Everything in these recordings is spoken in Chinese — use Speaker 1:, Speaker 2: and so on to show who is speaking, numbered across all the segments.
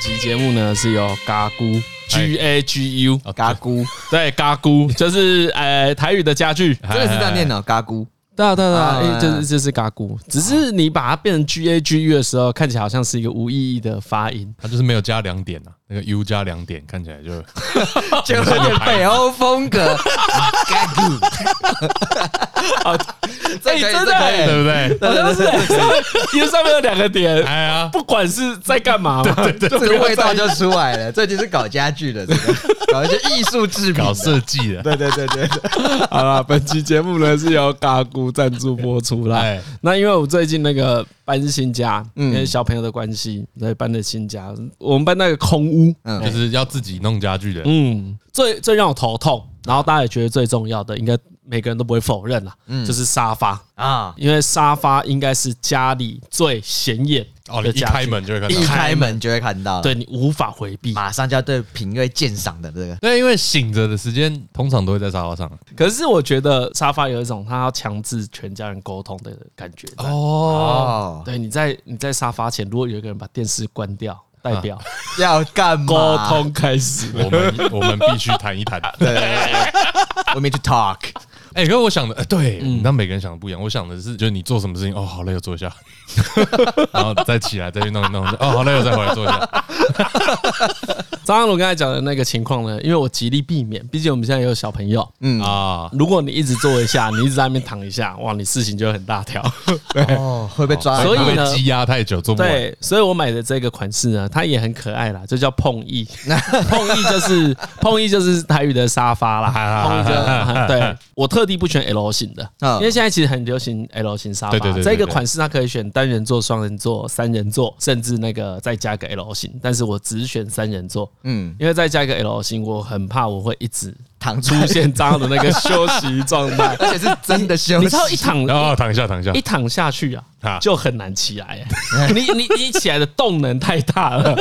Speaker 1: 期节目呢是由嘎咕 G A G U
Speaker 2: 哦
Speaker 3: 嘎咕，
Speaker 1: 对嘎咕， 就是呃台语的家具，
Speaker 3: 真的是
Speaker 1: 哦
Speaker 3: 在念脑嘎咕。
Speaker 1: 对啊对啊对啊，
Speaker 3: 啊
Speaker 1: 诶就是就是嘎咕，只是你把它变成 G A G U 的时候，看起来好像是一个无意义的发 音。
Speaker 2: 他就是没有加两点呐、啊那个 U 加两点，看起来就
Speaker 3: 就有点 北
Speaker 1: 哦
Speaker 3: 欧风格，嘎咕，这可以
Speaker 1: 哎
Speaker 3: 这
Speaker 1: 真的
Speaker 3: 可以
Speaker 1: 哎
Speaker 2: 对不对？
Speaker 1: 好像是因为上面有两个点，
Speaker 2: 哎呀，
Speaker 1: 不管是在干嘛嘛，
Speaker 3: 这个味道就出来了。这就是搞家具的，这个搞一些艺术制品
Speaker 2: 搞
Speaker 3: 的。
Speaker 2: 设计的，
Speaker 3: 对对对对，对
Speaker 1: 好啦，本期节目呢是由嘎咕赞助播出啦。
Speaker 2: 哎
Speaker 1: 那因为我最近那个搬新家，因
Speaker 3: 嗯
Speaker 1: 为小朋友的关系，所以搬的新家。我们搬那个空屋，
Speaker 3: 嗯
Speaker 2: 就是要自己弄家具的。
Speaker 1: 嗯，最最让我头痛，然后大家也觉得最重要的，应该每个人都不会否认啦，
Speaker 2: 嗯
Speaker 1: 就是沙发，
Speaker 3: 啊，
Speaker 1: 因为沙发应该是家里最显眼
Speaker 2: 哦，
Speaker 1: 的
Speaker 2: 你一
Speaker 1: 家
Speaker 2: 开
Speaker 1: 具，
Speaker 2: 门就会啊看
Speaker 3: 一
Speaker 2: 到。
Speaker 3: 开门就会看到，，
Speaker 1: 对你无法回避。
Speaker 3: 马上就要对品味鉴赏的这个，
Speaker 2: 对，因为醒着的时间通常都会在沙发上。
Speaker 1: 可是我觉得沙发有一种他要强制全家人沟通的感觉在。
Speaker 2: 哦，
Speaker 3: 哦，
Speaker 1: 对，你在你在沙发前，如果有一个人把电视关掉，代表
Speaker 2: 啊
Speaker 3: 要干嘛？
Speaker 1: 沟，通开 始了。
Speaker 2: 我们我们必须谈一 谈。
Speaker 3: 对对对对，we need to talk，
Speaker 2: 哎，可是我想的，呃对，
Speaker 1: 嗯
Speaker 2: 你知道每个人想的不一样。我想的是，就是你做什么事情，哦，好累，我坐一下， 然后再起来，再去弄一弄，哦，好累，我再回来坐一下。
Speaker 1: 张安龙刚才讲的那个情况呢，因为我极力避免，毕竟我们现在也有小朋友。
Speaker 3: 嗯，
Speaker 2: 啊，
Speaker 1: 如果你一直坐一下，你一直在那边躺一下，哇，你事情就会很大条。
Speaker 3: 哦，会被抓，
Speaker 1: 所以
Speaker 2: 会
Speaker 1: 呢
Speaker 2: 被积压太久做不完。
Speaker 1: 对，所以我买的这个款式呢，它也很可爱啦，就叫碰椅。碰椅就是碰椅就是台语的沙发啦。碰椅就啊对我特地不选 L 型的，
Speaker 3: 嗯
Speaker 1: 因为现在其实很流行 L 型沙
Speaker 2: 对对
Speaker 1: 发。
Speaker 2: 对对
Speaker 1: 这个
Speaker 2: 对
Speaker 1: 款式它可以选单人座、双人座、三人座，甚至那个再加个 L 型，但是我只选三人座。
Speaker 3: 嗯，
Speaker 1: 因为再加一个 L 型，我很怕我会一直
Speaker 3: 躺出
Speaker 1: 出，现 张翰的那个休息状态
Speaker 3: 。而且是 真的休息，
Speaker 1: 你知道一躺
Speaker 2: 然后哦躺一下，躺一下
Speaker 1: 一，躺下去啊
Speaker 2: 啊，
Speaker 1: 就很难起 来、欸你你你起来的动能太大了，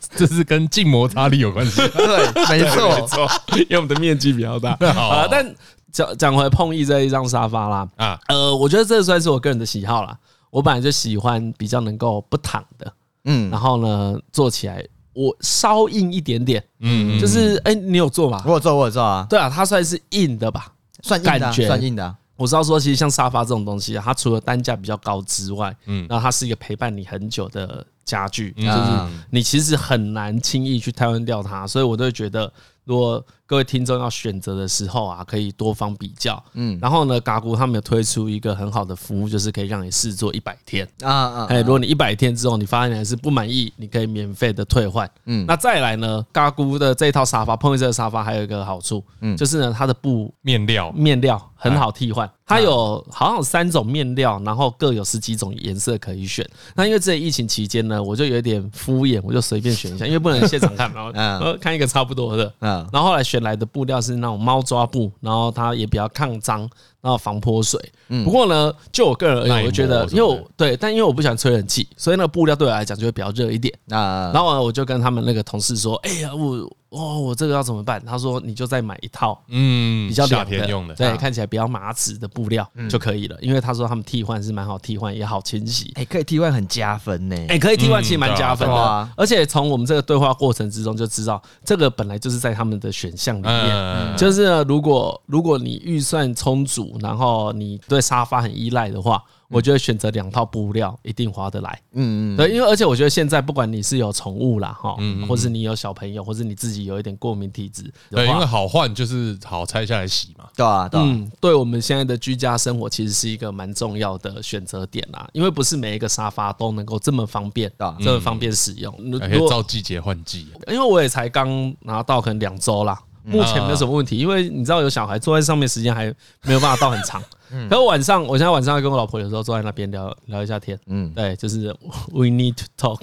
Speaker 2: 这是跟静摩擦力有关系。
Speaker 3: 对，没错，
Speaker 2: 错
Speaker 1: 因为我们的面积比较 大
Speaker 2: 好
Speaker 1: 啊。但讲讲回碰椅这一张沙发啦，
Speaker 2: 啊，
Speaker 1: 呃，我觉得这算是我个人的喜好啦。我本来就喜欢比较能够不躺的，
Speaker 3: 嗯
Speaker 1: 然，后呢坐起来我稍硬一点点，
Speaker 2: 嗯，嗯
Speaker 1: 就是哎、你有坐吗
Speaker 3: 我？有做，我有做啊，
Speaker 1: 对啊，它算是硬的吧。
Speaker 3: 算硬的啊，
Speaker 1: 感觉
Speaker 3: 算硬的啊，
Speaker 1: 我知道说，其实像沙发这种东西啊，它除了单价比较高之外，嗯
Speaker 2: 嗯，
Speaker 1: 然后它是一个陪伴你很久的家具，
Speaker 2: 嗯
Speaker 1: 就是你其实很难轻易去替换掉它，所以我都会觉得，如果各位听众要选择的时候啊，可以多方比较。嗯
Speaker 3: 嗯，
Speaker 1: 然后呢，嘎咕他们有推出一个很好的服务，就是可以让你试做一百天。
Speaker 3: 啊啊，
Speaker 1: 哎，如果你一百天之后你发现你还是不满意，你可以免费的退换。嗯，那再来呢，嘎咕的这一套沙发，碰一这个沙发还有一个好处，嗯，就是呢它的布
Speaker 2: 面料
Speaker 1: 面料
Speaker 2: 啊
Speaker 1: 很好替换，它有好像有三种面料，然后各有十几种颜色可以选。那因为这疫情期间呢，我就有点敷衍，我就随便选一下，因为不能现场 看嘛，
Speaker 3: 嗯
Speaker 1: 呃，看一个差不多的。
Speaker 3: 嗯
Speaker 1: 然后后来选来的布料是那种猫抓布，然后它也比较抗脏，然后防泼水。不过呢，就我个人而
Speaker 2: 嗯耐
Speaker 1: 言，
Speaker 2: 磨
Speaker 1: 我觉得
Speaker 2: 是，不是
Speaker 1: 因为我对，但因为我不喜欢吹冷气，所以那个布料对我来讲就会比较热一点。
Speaker 2: 嗯
Speaker 3: 啊，
Speaker 1: 然后呢，我就跟他们那个同事说：“哎呀，我哦，我这个要怎么办？”他说：“你就再买一套
Speaker 2: 嗯，
Speaker 1: 比较
Speaker 2: 夏
Speaker 1: 凉的
Speaker 2: 天用的，啊嗯
Speaker 1: 对，看起来比较麻质的布料就可以了。因为他说他们替换是蛮好替换，也好清洗。
Speaker 3: 哎，可以替换很加分呢，
Speaker 1: 哎、可以替换，其实
Speaker 2: 嗯
Speaker 1: 蛮加分
Speaker 3: 对
Speaker 1: 的
Speaker 3: 啊。
Speaker 1: 而且从我们这个对话过程之中就知道，这个本来就是在他们的选项里面。
Speaker 2: 嗯，
Speaker 1: 就是呢如果如果你预算充足，然后你对沙发很依赖的话，
Speaker 2: 嗯
Speaker 1: 我觉得选择两套布料一定划得来。
Speaker 3: 嗯嗯，
Speaker 1: 对，因为而且我觉得现在不管你是有宠物啦，哈，
Speaker 2: 嗯
Speaker 1: 或是你有小朋友，或是你自己有一点过敏体质的
Speaker 2: 对，因
Speaker 1: 话
Speaker 2: 为，好换就是好拆下来洗嘛。
Speaker 3: 对啊对啊，
Speaker 1: 嗯，对我们现在的居家生活其实是一个蛮重要的选择点啦，因为不是每一个沙发都能够这么方便
Speaker 3: 对啊，
Speaker 1: 这么方便使用。如
Speaker 2: 还可以
Speaker 1: 如
Speaker 2: 照
Speaker 1: 果
Speaker 2: 季节换季，
Speaker 1: 因为我也才刚拿到，可能两周啦，
Speaker 3: 嗯
Speaker 1: 目前没有什么问题，因为你知道有小孩坐在上面时间还没有办法到很长。
Speaker 3: 嗯
Speaker 1: 可是晚上，我现在晚上要跟我老婆有时候坐在那边聊聊一下天，嗯，对，就是 we need to talk，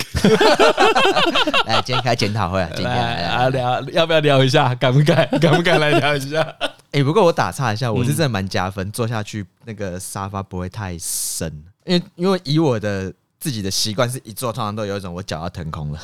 Speaker 3: 哎，今天开检讨 会啊，今天
Speaker 1: 来
Speaker 3: 哎
Speaker 1: 啊聊，要不要聊一下？敢不敢？敢不敢来聊一下？ 嗯
Speaker 3: 哎，不过我打岔一下，我是真的蛮加分，坐下去那个沙发不会太深，因为因为以我的。自己的习惯是一坐，通常都有一种我脚要腾空了，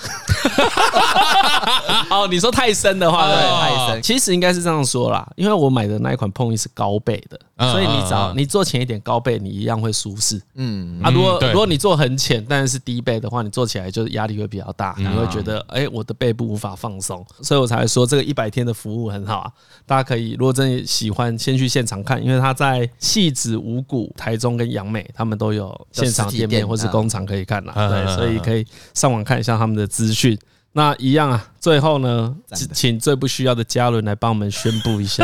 Speaker 1: 哦，你说太深的话，
Speaker 3: 对
Speaker 1: 对。
Speaker 3: 太深。
Speaker 1: 其实应该是这样说啦，因为我买的那一款碰椅是高背的，
Speaker 2: 嗯
Speaker 1: 所以你
Speaker 2: 嗯
Speaker 1: 找
Speaker 2: 嗯
Speaker 1: 你做浅一点高背，你一样会舒适
Speaker 3: 嗯，
Speaker 1: 啊。如果
Speaker 2: 嗯对
Speaker 1: 如果你做很浅，但是低背的话，你做起来就是压力会比较大，
Speaker 2: 嗯
Speaker 1: 你会觉得哎，我的背部无法放松，所以我才会说这个一百天的服务很好啊。大家可以如果真的喜欢，先去现场看，因为它在戏子、五谷、台中跟杨美他们都有现场店面或是工厂可以看 啦。
Speaker 2: 嗯嗯嗯
Speaker 1: 对，
Speaker 2: 嗯
Speaker 1: 所以可以上网看一下他们的资讯。那一样啊，最后呢，
Speaker 3: 赞的
Speaker 1: 请最不需要的嘉伦来帮我们宣布一 下。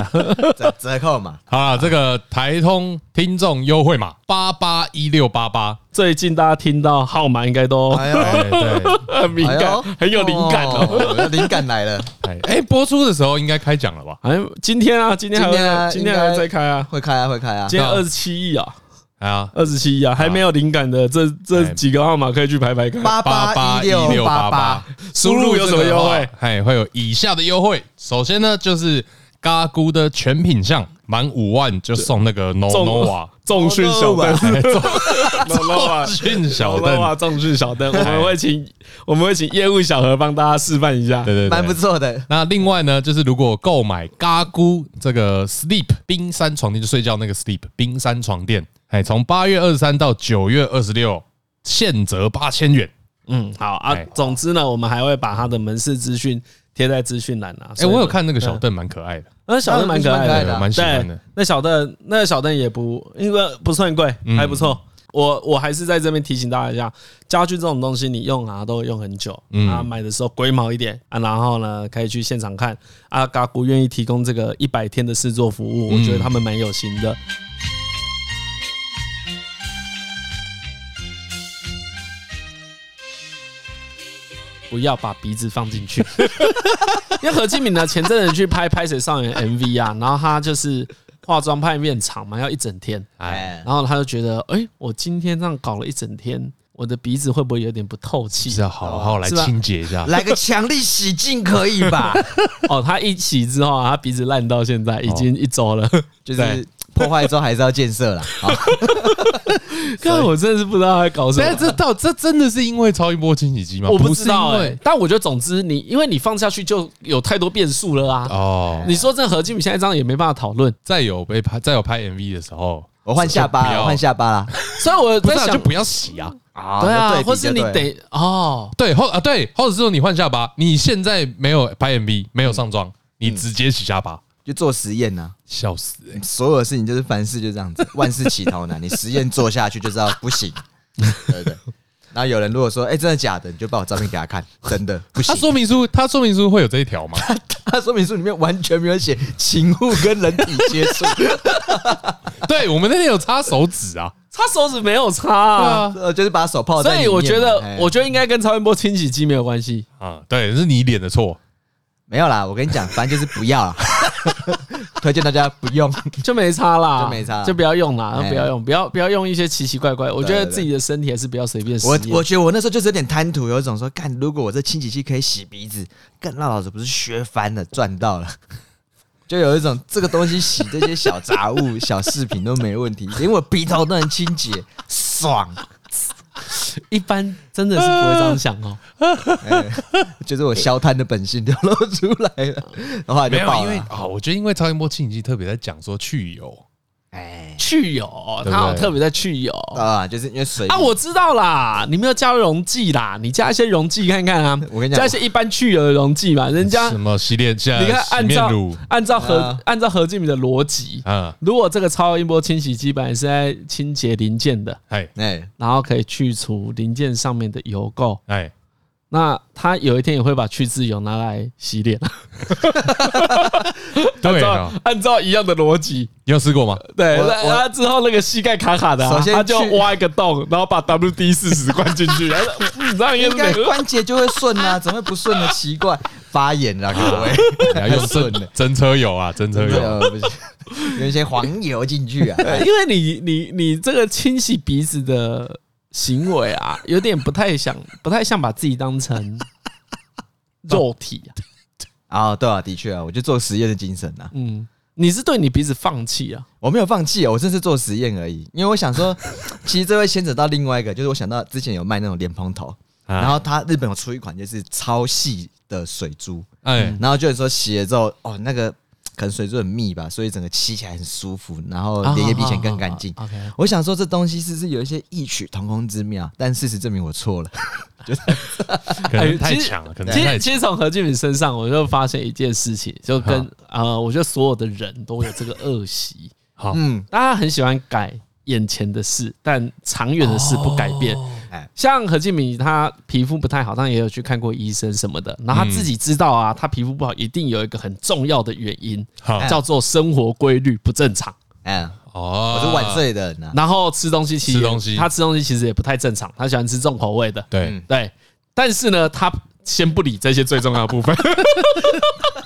Speaker 3: 折折扣嘛，
Speaker 2: 好了，这个台通听众优惠码八八一六八八，
Speaker 1: 最近大家听到号码应该都
Speaker 3: 哎呦，
Speaker 2: 对对，
Speaker 1: 很哦 敏
Speaker 3: 哎
Speaker 1: 感
Speaker 3: 呦，
Speaker 1: 很有灵感哦。
Speaker 3: 哦，灵感来了，
Speaker 2: 哎哎，播出的时候应该开奖了吧？
Speaker 1: 哎，今天啊，今天还
Speaker 3: 今天
Speaker 1: 会
Speaker 3: 啊
Speaker 1: 今天还会再开啊，
Speaker 3: 会开啊，会开 啊，
Speaker 1: 今天
Speaker 2: 对啊
Speaker 1: 二十七亿啊，
Speaker 2: 哎呀，
Speaker 1: 二十七亿啊，还没有灵感的这这
Speaker 2: 哎
Speaker 1: 几个号码可以去排排看。
Speaker 3: 八八一六八八，，
Speaker 1: 输入有什么优惠？
Speaker 2: 哎，会有以下的优惠。首先呢，就是嘎咕的全品项，满五万就送那个 No
Speaker 1: 重
Speaker 2: Nova
Speaker 1: 重训小
Speaker 3: 哦
Speaker 1: 灯，重
Speaker 2: 训 哦小
Speaker 1: 灯
Speaker 2: 凳，
Speaker 1: 哦重训小灯，我们会请我们会请业务小何帮大家示范一下。
Speaker 2: 对对
Speaker 3: 蛮不
Speaker 2: 对。
Speaker 3: 错的，
Speaker 2: 那另外呢，就是如果购买嘎咕这个 Sleep 冰山床垫，就睡觉那个 Sleep 冰山床垫，哎，从八月二十三到九月二十六，现折八千元。
Speaker 1: 嗯，好啊
Speaker 2: 哎。
Speaker 1: 总之呢，我们还会把他的门市资讯贴在资讯栏啊。
Speaker 2: 哎，
Speaker 1: 所以
Speaker 2: 我有看那个小凳，蛮可爱的，
Speaker 1: 那小灯蛮可爱
Speaker 3: 对
Speaker 1: 的
Speaker 3: 啊，
Speaker 2: 对蛮喜欢
Speaker 1: 对
Speaker 2: 的。，
Speaker 1: 那小凳，那小凳也不，因为不算贵，
Speaker 2: 嗯
Speaker 1: 还不错。我我还是在这边提醒大家一下，家具这种东西你用啊都会用很久，啊买的时候龟毛一点啊，然后呢可以去现场看啊，嘎古愿意提供这个一百天的试做服务，我觉得他们蛮有心的。不要把鼻子放进去。因为何敬敏呢，前阵子去拍《拍谁少年》MV 啊，然后他就是化妆拍面长嘛，要一整天，
Speaker 2: 哎，
Speaker 3: 哎，
Speaker 1: 然后他就觉得，哎、我今天这样搞了一整天，我的鼻子会不会有点不透气？
Speaker 2: 是要啊好好来
Speaker 1: 是吧啊
Speaker 2: 清洁一下。
Speaker 3: 来个强力洗净可以 吧？
Speaker 1: 哦，他一洗之后啊，他鼻子烂到现在已经一周了。
Speaker 3: 就是破坏之后还是要建设啦，好
Speaker 1: 看我真的是不知道他在搞什
Speaker 2: 但
Speaker 1: 么。
Speaker 2: 这到这真的是因为超音波清洗机吗？
Speaker 1: 我不
Speaker 2: 是
Speaker 1: 知道哎、
Speaker 2: 因为
Speaker 1: 但我觉得总之你，因为你放下去就有太多变数了啊。
Speaker 2: 哦，
Speaker 1: 你说这何敬敏现在这样也没办法讨论，
Speaker 2: 再有被拍，再有拍 MV 的时候，
Speaker 3: 我换下巴
Speaker 2: 就
Speaker 3: 啦，
Speaker 2: 不要
Speaker 3: 我换下巴啦，
Speaker 1: 所以我
Speaker 2: 不
Speaker 1: 在
Speaker 2: 是啊
Speaker 1: 想
Speaker 2: 就，不要洗啊。
Speaker 3: 啊
Speaker 1: 对啊，
Speaker 3: 比
Speaker 1: 或是你
Speaker 3: 就对
Speaker 1: 得哦，
Speaker 2: 对，或啊对，或者是说你换下巴，你现在没有拍 MV，没有上妆，你直接洗下巴，
Speaker 3: 就做实验呐，
Speaker 2: 笑死欸！
Speaker 3: 所有的事情就是凡事就这 样子，万事起头难，你实验做下去就知道不行，对对。然后有人如果说，哎，真的假的，你就把我照片给他看，真的不行
Speaker 2: 他。说明书，他说明书会有这一条吗？
Speaker 3: 他说明书里面完全没有写请勿跟人体接触，
Speaker 2: 对我们那天有擦手指啊，
Speaker 1: 他手指没有擦
Speaker 2: 对
Speaker 1: 啊。
Speaker 2: 啊
Speaker 3: 呃，就是把手泡在
Speaker 1: 所
Speaker 3: 里面嘛。
Speaker 1: 以我觉得
Speaker 3: 哎，
Speaker 1: 我觉得应该跟超音波清洗机没有关系。
Speaker 2: 啊，对，是你脸的错，
Speaker 3: 没有啦，我跟你讲，反正就是不 要啦， 推荐大家不用。
Speaker 1: 就没差啦，
Speaker 3: 就没差
Speaker 1: 就不要用啦，
Speaker 3: 哎
Speaker 1: 不要用，不要不要用一些奇奇怪怪。我觉得
Speaker 3: 对对
Speaker 1: 自己的身体还是不要随便使
Speaker 3: 我
Speaker 1: 用。
Speaker 3: 我觉得我那时候就是有点贪图，有一种说，干，如果我这清洗器可以洗鼻子，干，那老子不是削翻了，赚到了。就有一种这个东西洗这些小杂物、小饰品都没问题，连我鼻头都能清洁， 爽！
Speaker 1: 一般真的是不会这样想哦。
Speaker 3: 就是我消贪的本性就露出来了，然后来就
Speaker 2: 没有，
Speaker 3: 爆
Speaker 2: 因为
Speaker 3: 了。
Speaker 2: 啊，我觉得因为超音波清洗机特别在讲说去油，
Speaker 3: 哎，
Speaker 1: 去油，
Speaker 2: 对不对
Speaker 1: 他有特别在去油
Speaker 2: 哦
Speaker 3: 啊，就是因为水
Speaker 1: 啊，我知道啦，你没有加溶剂啦，你加一些溶剂看看啊。
Speaker 3: 我跟你
Speaker 1: 加
Speaker 3: 讲
Speaker 1: 一，些一般去油的溶剂嘛，人家
Speaker 2: 什么洗脸下，
Speaker 1: 你看
Speaker 2: 洗
Speaker 1: 按
Speaker 2: 面
Speaker 1: 照
Speaker 2: 乳
Speaker 1: 按照
Speaker 3: 对
Speaker 1: 何
Speaker 3: 啊
Speaker 1: 按照何敬明的逻辑，
Speaker 2: 啊，
Speaker 1: 如果这个超音波清洗机本来是在清洁零件的，
Speaker 2: 哎
Speaker 3: 哎，
Speaker 1: 然后可以去除零件上面的油垢，
Speaker 2: 哎，
Speaker 1: 那他有一天也会把去渍油拿来洗脸，
Speaker 2: 对
Speaker 1: 照
Speaker 2: 啊，
Speaker 1: 按照一样的逻辑，
Speaker 2: 你有试过吗？
Speaker 1: 对，
Speaker 3: 我
Speaker 1: 然
Speaker 3: 我
Speaker 1: 后之后那个膝盖卡卡的啊、
Speaker 3: 首先
Speaker 1: 他就
Speaker 3: 去
Speaker 1: 挖一个洞，然后把 WD 四十灌进 去，然后嗯这样应
Speaker 3: 应
Speaker 1: 该
Speaker 3: 该
Speaker 1: 是没
Speaker 3: 关节就会顺 啊，怎么会不顺呢？奇怪，发炎了，各位。
Speaker 2: 你要 用真
Speaker 3: 欸
Speaker 2: 真车油啊，真车油。
Speaker 3: 呃，不是， 有一些黄油进去啊。
Speaker 1: 因为你你你这个清洗鼻子的行为啊，有点不太想， 不太像把自己当成肉体啊，
Speaker 3: 啊，对啊，的确啊，我就做实验的精神啊，
Speaker 1: 嗯，你是对你鼻子放弃啊，
Speaker 3: 我没有放弃啊，我这是做实验而已，因为我 想说，其实这会牵扯到另外一个，就是我想到之前有卖那种莲蓬头，
Speaker 2: 啊
Speaker 3: 然后它日本有出一款就是超细的水珠，
Speaker 2: 哎，
Speaker 1: 嗯
Speaker 3: 嗯然后就是说洗了之后，哦，那个可能水珠很密吧，所以整个吸起来很舒服，然后
Speaker 1: 啊
Speaker 3: 脸也比以前更干净。
Speaker 1: 好好好好 OK，
Speaker 3: 我想说这东西是不是有一些异曲同工之妙？但事实证明我错了。
Speaker 1: 哦
Speaker 2: 可能太强了，可能
Speaker 1: 其
Speaker 2: 太
Speaker 1: 实，
Speaker 2: 强。
Speaker 1: 其实从何俊敏身上，我就发现一件事情，就跟呃，我觉得所有的人都有这个恶习，
Speaker 2: 好，
Speaker 3: 嗯，
Speaker 1: 大家很喜欢改眼前的事，但长远的事不改变。
Speaker 2: 哦
Speaker 3: 哎，
Speaker 1: 像何敬敏，他皮肤不太好，但也有去看过医生什么的。然后
Speaker 2: 嗯
Speaker 1: 他自己知道啊，他皮肤不好一定有一个很重要的原因，
Speaker 2: 好
Speaker 1: 叫做生活规律不正常。
Speaker 3: 哎，
Speaker 2: 哦
Speaker 3: 我是晚睡的人啊。
Speaker 1: 然后吃东西其实
Speaker 2: 吃东西
Speaker 1: 他吃东西其实也不太正常，他喜欢吃重口味的。
Speaker 2: 对
Speaker 3: 嗯，
Speaker 1: 对，但是呢，他先不理这些最重要的部分，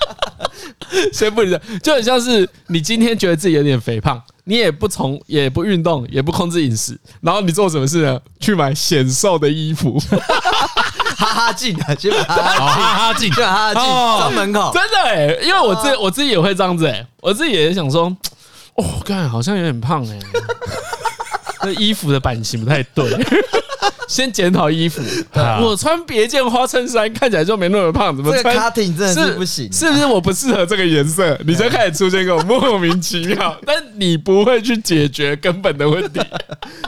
Speaker 1: 先不理的，就很像是你今天觉得自己有点肥胖，你也不从也不运动，也不控制饮食，然后你做什么事呢？去买显瘦的衣服，
Speaker 3: 哈哈镜啊，去把哈
Speaker 2: 好哈哈镜
Speaker 3: 去把哈哈镜
Speaker 1: 哦
Speaker 3: 装门口。
Speaker 1: 真的哎、因为我自我自己也会这样子哎、我自己也想说，哦，看好像有点胖 哎、这衣服的版型不太对。先检讨衣服，
Speaker 2: 啊
Speaker 1: 我穿别件花衬衫看起来就没那么胖，怎么
Speaker 3: 这个
Speaker 1: 穿
Speaker 3: cutting 真的是不行，
Speaker 1: 是不啊是我不适合这个颜 色？你就开始出现一个莫名其妙， 但你不会去解决根本的问题。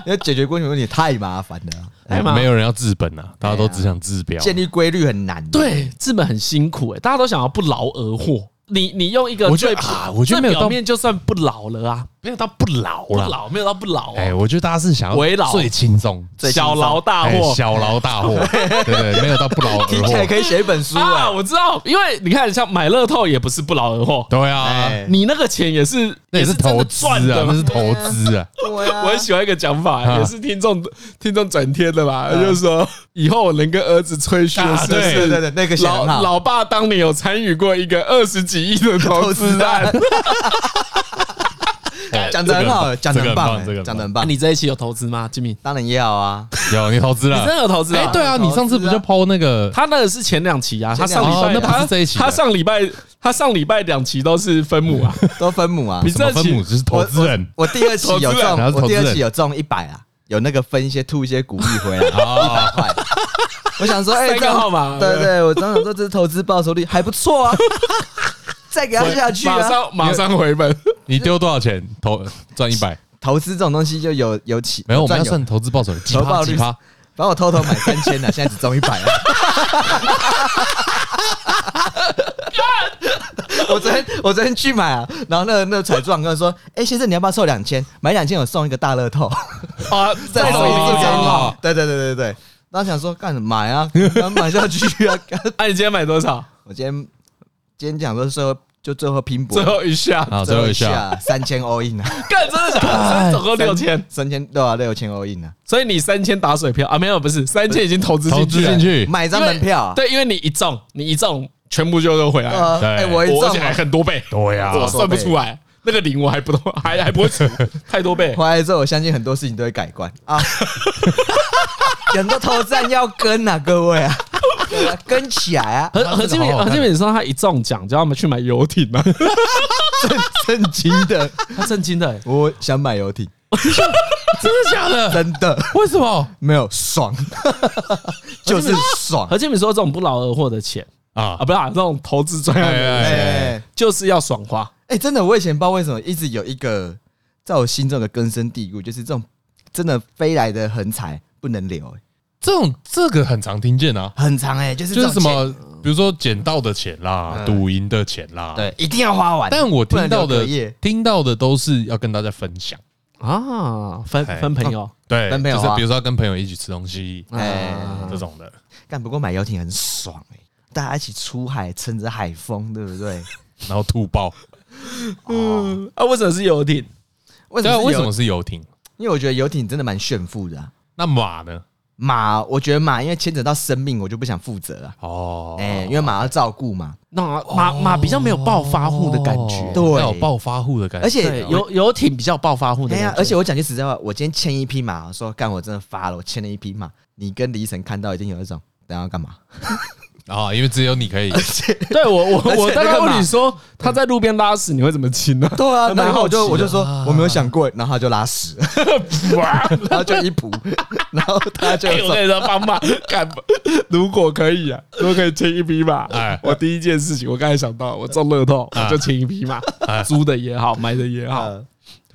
Speaker 3: 因为解决过你问题太麻烦了，啊
Speaker 1: 哎妈
Speaker 2: 没有人要治本啊，大家都只想治标。
Speaker 3: 建立规律很难。，
Speaker 1: 对，资本很辛苦哎、大家都想要不劳而获。你你用一个
Speaker 2: 我觉
Speaker 1: 最
Speaker 2: 得啊我觉
Speaker 1: 最
Speaker 2: 得没有到
Speaker 1: 表面就算不老了啊，
Speaker 2: 没有到不老
Speaker 1: 不
Speaker 2: 啦。
Speaker 1: 老没有到不老、哦，
Speaker 2: 哎，我觉得大家是想要
Speaker 1: 围老
Speaker 2: 最轻松、
Speaker 3: 最轻松
Speaker 1: 小劳大啊
Speaker 2: 哎
Speaker 1: 祸。
Speaker 2: 小劳大 祸，对不对？没有到不劳而
Speaker 3: 听起来
Speaker 2: 获。
Speaker 3: 可以写一本书
Speaker 1: 啊，
Speaker 3: 啊。
Speaker 1: 我知道，因为你看，像买乐透也不是不劳而获，
Speaker 2: 对啊，
Speaker 3: 哎，
Speaker 1: 你那个钱也是
Speaker 2: 那也是
Speaker 1: 真
Speaker 2: 投
Speaker 1: 的
Speaker 2: 资
Speaker 1: 赚
Speaker 2: 啊
Speaker 1: 的，
Speaker 2: 那是投资 啊。
Speaker 3: 对啊
Speaker 1: 我很喜欢一个讲法，
Speaker 2: 啊
Speaker 1: 也是听众听众转贴的吧，就是说以后我能跟儿子吹嘘的
Speaker 2: 啊
Speaker 1: 是不
Speaker 2: 对
Speaker 1: 是
Speaker 3: 对对对那个写得
Speaker 1: 老
Speaker 3: 很好
Speaker 1: 老爸当年有参与过一个二十几亿的投资案，
Speaker 2: 哎
Speaker 3: 讲的很好，讲的很棒，哎
Speaker 2: 这个很
Speaker 3: 讲的
Speaker 2: 棒
Speaker 3: 很棒。
Speaker 1: 啊你这一期有投资吗，吉米？
Speaker 3: 当然要啊，
Speaker 2: 有你投资
Speaker 1: 你真
Speaker 2: 了。
Speaker 1: 的有投资
Speaker 2: 哎
Speaker 1: 啊，？
Speaker 2: 对啊，你上次不就抛那个？
Speaker 1: 他那个是前两期啊，他
Speaker 3: 前
Speaker 1: 上
Speaker 3: 两期
Speaker 1: 礼拜
Speaker 2: 哦那不是
Speaker 1: 他
Speaker 2: 这一期的
Speaker 1: 他上礼拜他上礼拜两期都是分母啊，
Speaker 3: 都分母 啊
Speaker 1: 你。
Speaker 2: 什么分母就是投资人
Speaker 3: 我第二期
Speaker 1: 投
Speaker 3: 有
Speaker 1: 资人
Speaker 2: 然后
Speaker 3: 中，
Speaker 2: 投
Speaker 3: 我
Speaker 2: 资
Speaker 3: 第
Speaker 2: 人
Speaker 3: 二期有中一百啊，有那个分一些吐一些股利回来，一
Speaker 2: 啊
Speaker 3: 百块。我想说，哎，
Speaker 1: 三个
Speaker 3: 这样
Speaker 1: 号码
Speaker 3: 对对，我当想说这是投资报酬率还不错啊， 再给他下去
Speaker 1: 马
Speaker 3: 啊。
Speaker 1: 上马上回本。
Speaker 2: 你丢多少钱投 赚一百？
Speaker 3: 投资这种东西就有有起，
Speaker 2: 没有，我们要
Speaker 3: 赚
Speaker 2: 算投资报酬率，几
Speaker 3: 投报
Speaker 2: 趴
Speaker 3: 率
Speaker 2: 几趴？
Speaker 3: 反正我偷偷买三千啊 的，现在只中一百了。 我昨天我昨天去买啊，然后那个那个彩妆跟我说：“哎、先生，你要不要凑两千？买两千，我送一个大乐 透，
Speaker 1: 啊，
Speaker 3: 再送一次给你。
Speaker 1: 哦
Speaker 3: 对对对对对。然后想说干什么买啊，然后买下去啊。 干
Speaker 1: 哎、你今天买多少？
Speaker 3: 我今天今天讲说最后就最后拼搏
Speaker 1: 最，后一下，
Speaker 2: 啊，最后一下，
Speaker 3: 下三千 all in 啊，
Speaker 1: 干真的假的？总共六千，
Speaker 3: 三千对啊，六千 all in 啊，
Speaker 1: 所以你三千打水漂啊？没有，不是三千已经投资
Speaker 2: 投
Speaker 1: 进去
Speaker 2: 资
Speaker 1: 了，
Speaker 2: 进去，
Speaker 3: 买一张
Speaker 1: 因为
Speaker 3: 门票、啊。
Speaker 1: 对，因为你一中，你一中全部就都回来了，
Speaker 3: 呃，哎、
Speaker 2: 对
Speaker 3: 我一
Speaker 1: 我而
Speaker 3: 中
Speaker 1: 且还很多倍，
Speaker 2: 对啊呀
Speaker 1: 我算不出来。那个零我还不懂， 还还不会数，太多倍
Speaker 3: 回。来之后，我相信很多事情都会改观啊。 很多投资案要跟啊，各位啊，对啊跟起来 啊，
Speaker 1: 何
Speaker 2: 啊
Speaker 1: 何志
Speaker 2: 这个
Speaker 1: 敏，
Speaker 2: 好好
Speaker 1: 何
Speaker 2: 看
Speaker 1: 志敏说他一中奖，叫他们去买游艇啊，
Speaker 3: 震惊的。
Speaker 1: 他震惊 的、欸，
Speaker 3: 我想买游艇，
Speaker 2: 真的假的？
Speaker 3: 真的
Speaker 2: 为什么
Speaker 3: 没有爽， 就是爽。
Speaker 1: 何志敏说这种不劳而获的钱
Speaker 2: 啊
Speaker 1: 啊，？不是、啊、这种投资专
Speaker 2: 哎哎
Speaker 1: 案，
Speaker 2: 哎
Speaker 3: 哎
Speaker 1: 就是要爽花。
Speaker 3: 哎，真的，我以前不知道为什么一直有一个在我心中的根深蒂固，就是这种真的飞来的横财不能留，哎
Speaker 2: 这种这个很常听见啊，
Speaker 3: 很长哎，就是这
Speaker 2: 就是
Speaker 3: 种
Speaker 2: 什
Speaker 3: 钱
Speaker 2: 么，比如说捡到的钱啦，
Speaker 3: 嗯
Speaker 2: 赌赢的钱啦，。
Speaker 3: 对，一定要花完。
Speaker 2: 但我听到
Speaker 3: 不能
Speaker 2: 的
Speaker 3: 留隔夜
Speaker 2: 听到的都是要跟大家分享，
Speaker 1: 啊，分
Speaker 2: 哎
Speaker 1: 分朋友，
Speaker 2: 对，
Speaker 3: 跟朋友
Speaker 2: 就
Speaker 3: 啊
Speaker 2: 是比如说要跟朋友一起吃东西
Speaker 3: 哎，
Speaker 2: 这种的，
Speaker 3: 干不过买游艇很爽哎、大家一起出海，乘着海风，对不对？
Speaker 2: 然后吐爆。
Speaker 1: 嗯， 啊，为什么是游艇？
Speaker 3: 为什
Speaker 2: 对啊，
Speaker 3: 么？
Speaker 2: 为什么？是游艇？
Speaker 3: 因为我觉得游艇真的蛮炫富的、啊。
Speaker 2: 那马呢？
Speaker 3: 马，我觉得马因为牵扯到生命，我就不想负责了、啊。
Speaker 2: 哦，
Speaker 3: 哎、因为马要照顾嘛，
Speaker 1: 那马马比较没有暴发户的感觉，
Speaker 3: 对
Speaker 2: 要有暴发户的感觉，
Speaker 3: 而且
Speaker 1: 对，游游艇比较暴发户的
Speaker 3: 哎
Speaker 1: 感
Speaker 3: 呀、
Speaker 1: 觉，
Speaker 3: 而且我讲句实在话，我今天欠一匹马，我说干，我真的发了，我欠了一匹马。你跟李晨看到一定有一种，等下要干嘛？
Speaker 2: 啊，因为只有你可以。
Speaker 1: 对我我
Speaker 3: 而且
Speaker 1: 我刚
Speaker 3: 那个
Speaker 1: 刚问
Speaker 3: 马
Speaker 1: 你说他在路边拉屎，你会怎么亲呢？
Speaker 3: 对啊，
Speaker 1: 还蛮
Speaker 3: 然后我
Speaker 1: 好
Speaker 3: 就
Speaker 1: 奇
Speaker 3: 我就
Speaker 1: 的
Speaker 3: 说我没有想过，然后他就拉屎， 然后就一扑，然后他就
Speaker 1: 哎我
Speaker 3: 说
Speaker 1: 跟你说，方法干，如果可以啊，如果可以亲一匹马，
Speaker 2: 哎
Speaker 1: 我第一件事情，我刚才想到，我中乐透，我就亲一匹马，租的也好，买的也好，
Speaker 3: 呃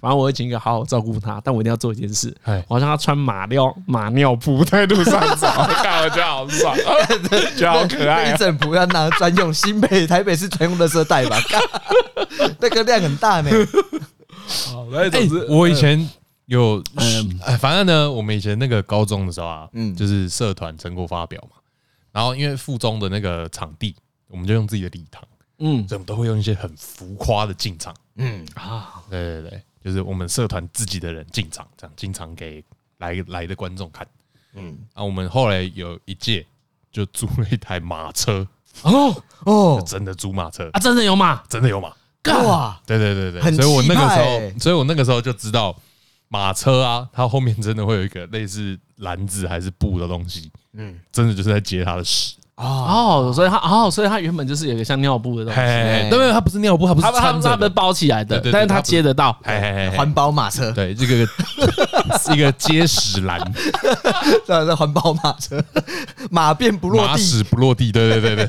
Speaker 1: 反正我会请一个好好照顾他，但我一定要做一件事
Speaker 2: 哎，
Speaker 1: 我要让他穿马尿马尿布在路上走，看我觉得好爽，觉得好可爱
Speaker 3: 那一
Speaker 1: 啊。
Speaker 3: 整扑要拿专用，新北台北是专用垃圾袋吧？ 干那个量很大呢，
Speaker 1: 哎
Speaker 2: 哎
Speaker 1: 总之，
Speaker 2: 我以前有，
Speaker 1: 嗯
Speaker 2: 哎，反正呢，我们以前那个高中的时候啊，嗯，
Speaker 3: 嗯
Speaker 2: 就是社团成果发表嘛，然后因为附中的那个场地，我们就用自己的礼堂，
Speaker 1: 嗯
Speaker 2: 所以我们都会用一些很浮夸的进场。
Speaker 3: 嗯，
Speaker 1: 啊，
Speaker 2: 对对对，就是我们社团自己的人进场，这样进场给来来的观众看。嗯
Speaker 3: 嗯，
Speaker 2: 啊，我们后来有一届就租了一台马车，
Speaker 1: 哦
Speaker 3: 哦，
Speaker 2: 真的租马车，
Speaker 1: 啊，真的有马，
Speaker 2: 真的有马。
Speaker 3: 哇，
Speaker 2: 对对对对，
Speaker 3: 很
Speaker 2: 所以我那个时
Speaker 3: 气派欸
Speaker 2: 候，所以我那个时候就知道马车啊，它后面真的会有一个类似篮子还是布的东西，嗯
Speaker 3: 嗯，
Speaker 2: 真的就是在接它的屎。
Speaker 3: 哦，
Speaker 1: 哦，所以他哦，所以他原本就是有一个像尿布的东西，
Speaker 2: 嘿，
Speaker 3: 欸
Speaker 2: 对对，它不是尿布，它不是
Speaker 1: 他他
Speaker 2: 穿
Speaker 1: 他
Speaker 2: 着
Speaker 1: 被
Speaker 2: 的，
Speaker 1: 包起来的
Speaker 2: 对对，对
Speaker 1: 但是他
Speaker 2: 它不是
Speaker 1: 接得到，
Speaker 2: 嘿嘿嘿
Speaker 3: 环
Speaker 2: 嘿，
Speaker 3: 保马车，
Speaker 2: 对，这个 一个接屎篮，
Speaker 3: 这是环保马车， 马便不落
Speaker 2: 马
Speaker 3: 地，
Speaker 2: 屎不 落地，对对对对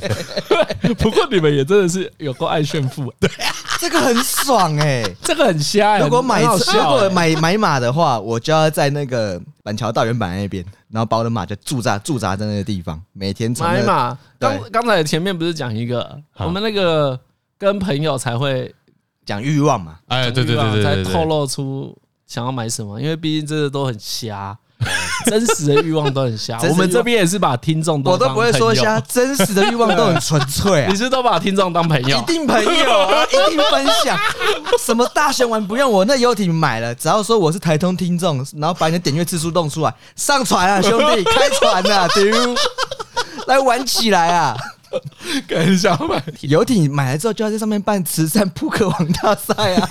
Speaker 2: 对，
Speaker 1: 不过你们也真的是有够爱炫富，
Speaker 3: 这个很爽哎。
Speaker 1: 这个很瞎、欸。
Speaker 3: 如果买
Speaker 1: 很好
Speaker 3: 车如
Speaker 1: 笑欸
Speaker 3: 果买买马的话，我就要在那个板桥大圆板那边，然后把我的马就驻扎驻扎在那个地方，每天从那
Speaker 1: 买嘛，刚
Speaker 3: 对
Speaker 1: 刚才前面不是讲一个，
Speaker 2: 好
Speaker 1: 我们那个跟朋友才会
Speaker 3: 讲欲望嘛，
Speaker 2: 哎，对对对对对
Speaker 1: 才
Speaker 2: 对
Speaker 1: 透
Speaker 2: 对，
Speaker 1: 露出想要买什么，因为毕竟这个都很 瞎，真实的欲望都很瞎。
Speaker 3: 真实欲望
Speaker 1: 我们这边也是把听众
Speaker 3: 我都
Speaker 1: 当
Speaker 3: 不会说
Speaker 1: 朋友
Speaker 3: 瞎，，真实的欲望都很纯粹啊
Speaker 1: 你。是都把听众当朋
Speaker 3: 一
Speaker 1: 友。
Speaker 3: 定 朋友啊，一定分享。什么大选完不用我那游艇买了，只要说我是台通听众，然后把你的点阅次数弄出来，上船 啊，兄弟，开船啊，丢，来玩起来啊！
Speaker 2: 很想买，
Speaker 3: 游艇买了之后就要在上面办慈善扑克王大赛 啊！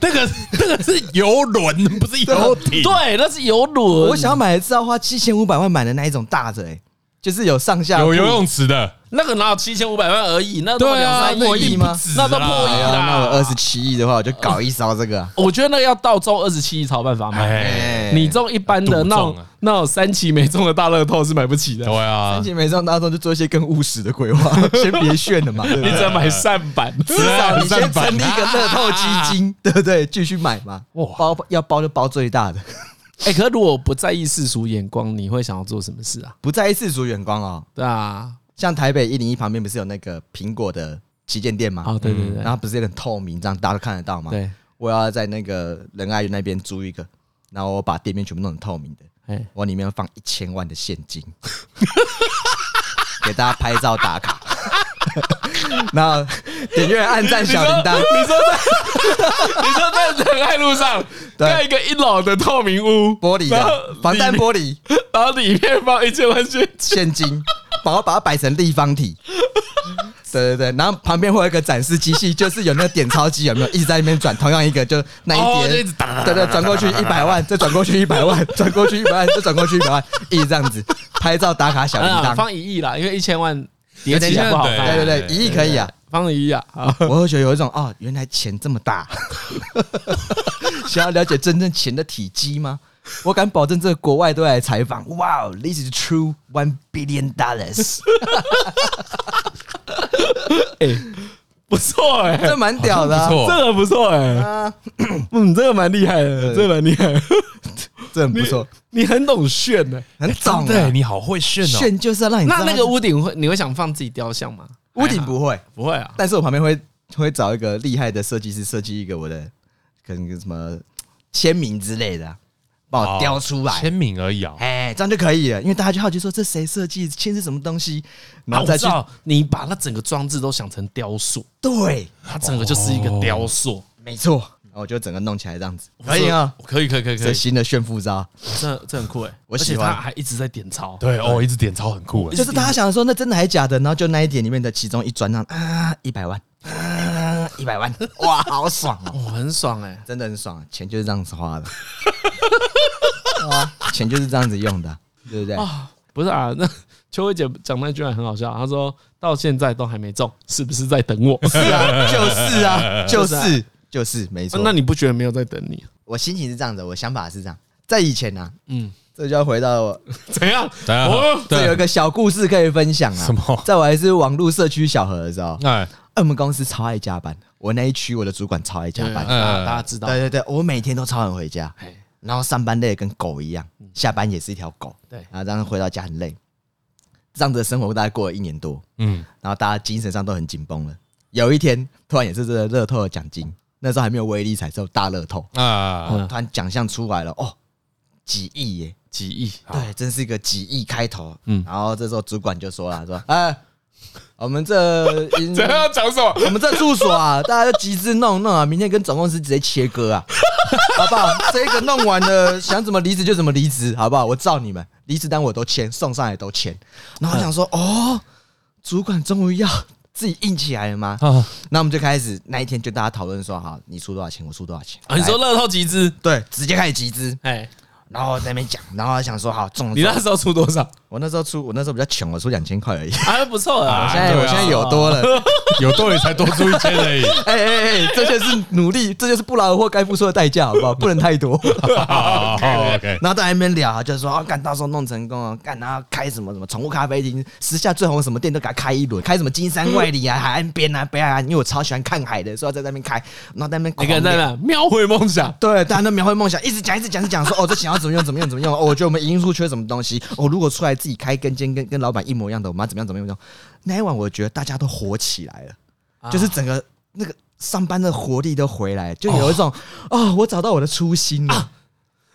Speaker 2: 那个那个是游轮，不是游艇，
Speaker 1: 对，那是游轮。
Speaker 3: 我想要买的是要花七千五百万买的那一种大的、欸，就是有上下
Speaker 2: 有
Speaker 3: 铺
Speaker 2: 游泳池的，
Speaker 1: 那个哪有七千五百万而已？那都
Speaker 2: 对
Speaker 1: 两
Speaker 2: 啊
Speaker 1: 三
Speaker 3: 那
Speaker 1: 个
Speaker 3: 一
Speaker 1: 亿
Speaker 3: 定不
Speaker 1: 吗
Speaker 3: 止？
Speaker 1: 那都破亿
Speaker 3: 哎呀
Speaker 1: 啦。
Speaker 3: 那我二十七亿的话，我就搞一艘这个啊。
Speaker 1: 我觉得那个要到中二十七亿才有办法买。
Speaker 2: 哎，
Speaker 3: 哎
Speaker 1: 你中一般的
Speaker 2: 赌
Speaker 1: 那
Speaker 2: 中
Speaker 1: 种
Speaker 2: 啊
Speaker 1: 那种三期没中的大乐透是买不起的，
Speaker 2: 对啊
Speaker 3: 三，级没上大众就做一些更务实的 规划，先别炫了嘛，对不
Speaker 1: 你只
Speaker 3: 对？
Speaker 1: 能买扇板。
Speaker 3: 至少你先
Speaker 2: 三版
Speaker 3: 成立一个乐透基金， 对不对？继续买嘛，包要包就包最大的，
Speaker 1: 哎，可是如果不在意世俗眼光，你会想要做什么事啊？
Speaker 3: 不在意世俗眼光哦。
Speaker 1: 对啊，
Speaker 3: 像台北一零一旁边不是有那个苹果的旗舰店吗？
Speaker 1: 哦，对对
Speaker 3: 然
Speaker 1: 对
Speaker 3: 后不是有点透明，这样大家都看得到吗？
Speaker 1: 对，
Speaker 3: 我要在那个仁爱那边租一个，然后我把店面全部弄成透明的，
Speaker 1: 哎，
Speaker 3: 我里面放一千万的现金， 给大家拍照打卡。 然后点阅、按赞、小铃铛，
Speaker 1: 你说在你说在仁爱路上
Speaker 3: 对
Speaker 1: 盖一个一楼的透明屋，
Speaker 3: 玻璃
Speaker 1: 然后
Speaker 3: 的防弹
Speaker 1: 里
Speaker 3: 玻璃
Speaker 1: 然后里面放一千万现金，
Speaker 3: 现金，然后把它摆成立方体。对对对，然后旁边会有一个展示机器，就是有那个点钞机，有没有一直在那边转，同样一个就那
Speaker 2: 哦
Speaker 3: 一
Speaker 2: 就一
Speaker 3: 叠
Speaker 2: 直打打打，
Speaker 3: 对对，转过去一百万，再转过去一百万，转过去一百万，再转过去一百万，一直这样子拍照打卡小铃
Speaker 1: 啊，
Speaker 3: 铛。
Speaker 1: 放一哎亿啦，因为一千万叠起来不好看，
Speaker 3: 对对对，一亿可以啊，
Speaker 1: 放一亿啊，好
Speaker 3: 我会觉得有一种哦，原来钱这么大。 想要了解真正钱的体积吗？我敢保证，这个国外都来采访。哇、wow,，this is true one billion dollars，哎
Speaker 1: 不错哎，
Speaker 3: 这蛮屌的、
Speaker 2: 不
Speaker 3: 啊，
Speaker 2: 错，
Speaker 1: 这个不错哎、嗯，这个蛮厉害的，
Speaker 3: 对
Speaker 1: 这个蛮厉 害的，
Speaker 3: 这很不错，
Speaker 1: 你很懂炫呢、
Speaker 3: 很懂、
Speaker 2: 对
Speaker 3: 啊。
Speaker 2: 你好会炫哦，
Speaker 3: 炫就是要哎让你知道
Speaker 1: 那那个屋顶会，你会想放自己雕像吗？
Speaker 3: 屋顶不会，
Speaker 1: 不会啊，
Speaker 3: 但是我旁边会会找一个厉害的设计师设计一个我的，可能什么签名之类的啊，帮我雕出来。
Speaker 2: 签名而已啊，
Speaker 3: 哎，这样就可以了，因为大家就好奇说这谁设计，签是什么东西，
Speaker 1: 然啊
Speaker 3: 然后
Speaker 1: 后我
Speaker 3: 再
Speaker 1: 知
Speaker 3: 去
Speaker 1: 道你把那整个装置都想成雕塑，
Speaker 3: 对，
Speaker 1: 它整个就是一
Speaker 3: 哦
Speaker 1: 个雕塑，
Speaker 3: 没错，然后哦我就整个弄起来这样子，可以啊，
Speaker 1: 可以可以可以可
Speaker 3: 这
Speaker 1: 以，
Speaker 3: 新的炫富招，
Speaker 1: 这这很酷哎、
Speaker 3: 我
Speaker 1: 而且
Speaker 3: 喜欢
Speaker 1: 它还一直在点钞，
Speaker 2: 对哦，一直点超很酷哎，
Speaker 3: 就是大家想说那真的还假的，然后就那一点里面的其中一转让啊，一百万，啊， 一百万，哇，好爽哦，
Speaker 1: 哦，很爽哎、
Speaker 3: 真的很爽，啊钱就是这样子花的，对啊，钱就是这样子用的，对不对？
Speaker 1: 啊、不是啊，那 邱慧姐讲那句话很好笑，她说到现在都还没中，是不是在等我？
Speaker 3: 是啊，就是啊，就是就是没错。
Speaker 1: 哦那你不觉得没有在等你？
Speaker 3: 我心情是这样的，我想法是这样，在以前呢，
Speaker 1: 嗯，
Speaker 3: 这就要回到我
Speaker 1: 怎样？
Speaker 2: 大家好
Speaker 1: 哦，
Speaker 3: 这有一
Speaker 2: 对啊
Speaker 3: 个小故事可以分享啊。
Speaker 2: 什么
Speaker 3: 在我还是网络社区小何的时候，
Speaker 2: 哎
Speaker 3: 哎我们公司超爱加班，我那一区我的主管超爱
Speaker 1: 啊
Speaker 3: 加班。
Speaker 2: 嗯
Speaker 1: 大大家知道，
Speaker 3: 对对对，我每天都超晚回家，
Speaker 1: 哎，
Speaker 3: 然后上班累得跟狗一样，下班也是一条狗。
Speaker 1: 对
Speaker 3: 然后这样回到家很累，这样子的生活大概过了一年多，
Speaker 2: 嗯
Speaker 3: 然后大家精神上都很紧绷了。有一天，突然也是这个乐透的奖金，那时候还没有威力彩，只有大乐透，
Speaker 2: 啊
Speaker 1: 嗯
Speaker 3: 突然奖项出来了，哦，几亿耶！
Speaker 1: 几亿，
Speaker 3: 对，真是一个几亿开头。
Speaker 1: 嗯
Speaker 3: 嗯，然后这时候主管就说了，说，哎，我们这银
Speaker 2: 怎样讲什么？
Speaker 3: 我们这住所啊，大家就集资弄一弄啊，明天跟总公司直接切割啊，好不好？这个弄完了，想怎么离职就怎么离职，好不好？我照你们，离职单我都签，送上来都签。然后我想说，
Speaker 1: 嗯
Speaker 3: 哦，主管终于要自己硬起来了吗？
Speaker 2: 啊，
Speaker 3: 那我们就开始那一天就大家讨论说，好，你出多少钱，我出多少钱。
Speaker 1: 啊，你说乐透集资，
Speaker 3: 对，直接开始集资，
Speaker 1: 哎，
Speaker 3: 然后在那边讲，然后想说好中了
Speaker 1: 你
Speaker 3: 中了
Speaker 1: 那时候出多少？
Speaker 3: 我那时候出，我那时候比较穷，我出两千块而已。
Speaker 1: 还不错啊，
Speaker 3: 我现在、
Speaker 2: 对啊
Speaker 3: 我现在有多了，
Speaker 2: 有道理才多出一千而已。
Speaker 3: 哎哎哎，这就是努力，这就是不劳而获该付出的代价，好不好？不能太多。
Speaker 2: 好好，OK，哦
Speaker 3: 然后在那边聊，就说啊，干到时候弄成功啊，干然后开什么什么宠物咖啡厅，时下最红什么店都给他开一轮，开什么金山万里啊、海岸边啊、北海岸，因为我超喜欢看海的，所以要在那边开，然后在那边
Speaker 1: 你
Speaker 3: 狂
Speaker 1: 看在
Speaker 3: 聊
Speaker 1: 那描绘梦想，
Speaker 3: 对，大家都描绘梦想，一直讲，一直讲，一直讲，说哦，这想要怎么用，怎么用，怎么用。哦，我觉得我们营运处缺什么东西。哦，如果出来自己开跟间跟跟老板一模一样的，我们要怎么样，怎么样，怎么样。那一晚，我觉得大家都火起来了，就是整个那个上班的活力都回来，就有一种哦，我找到我的初心了。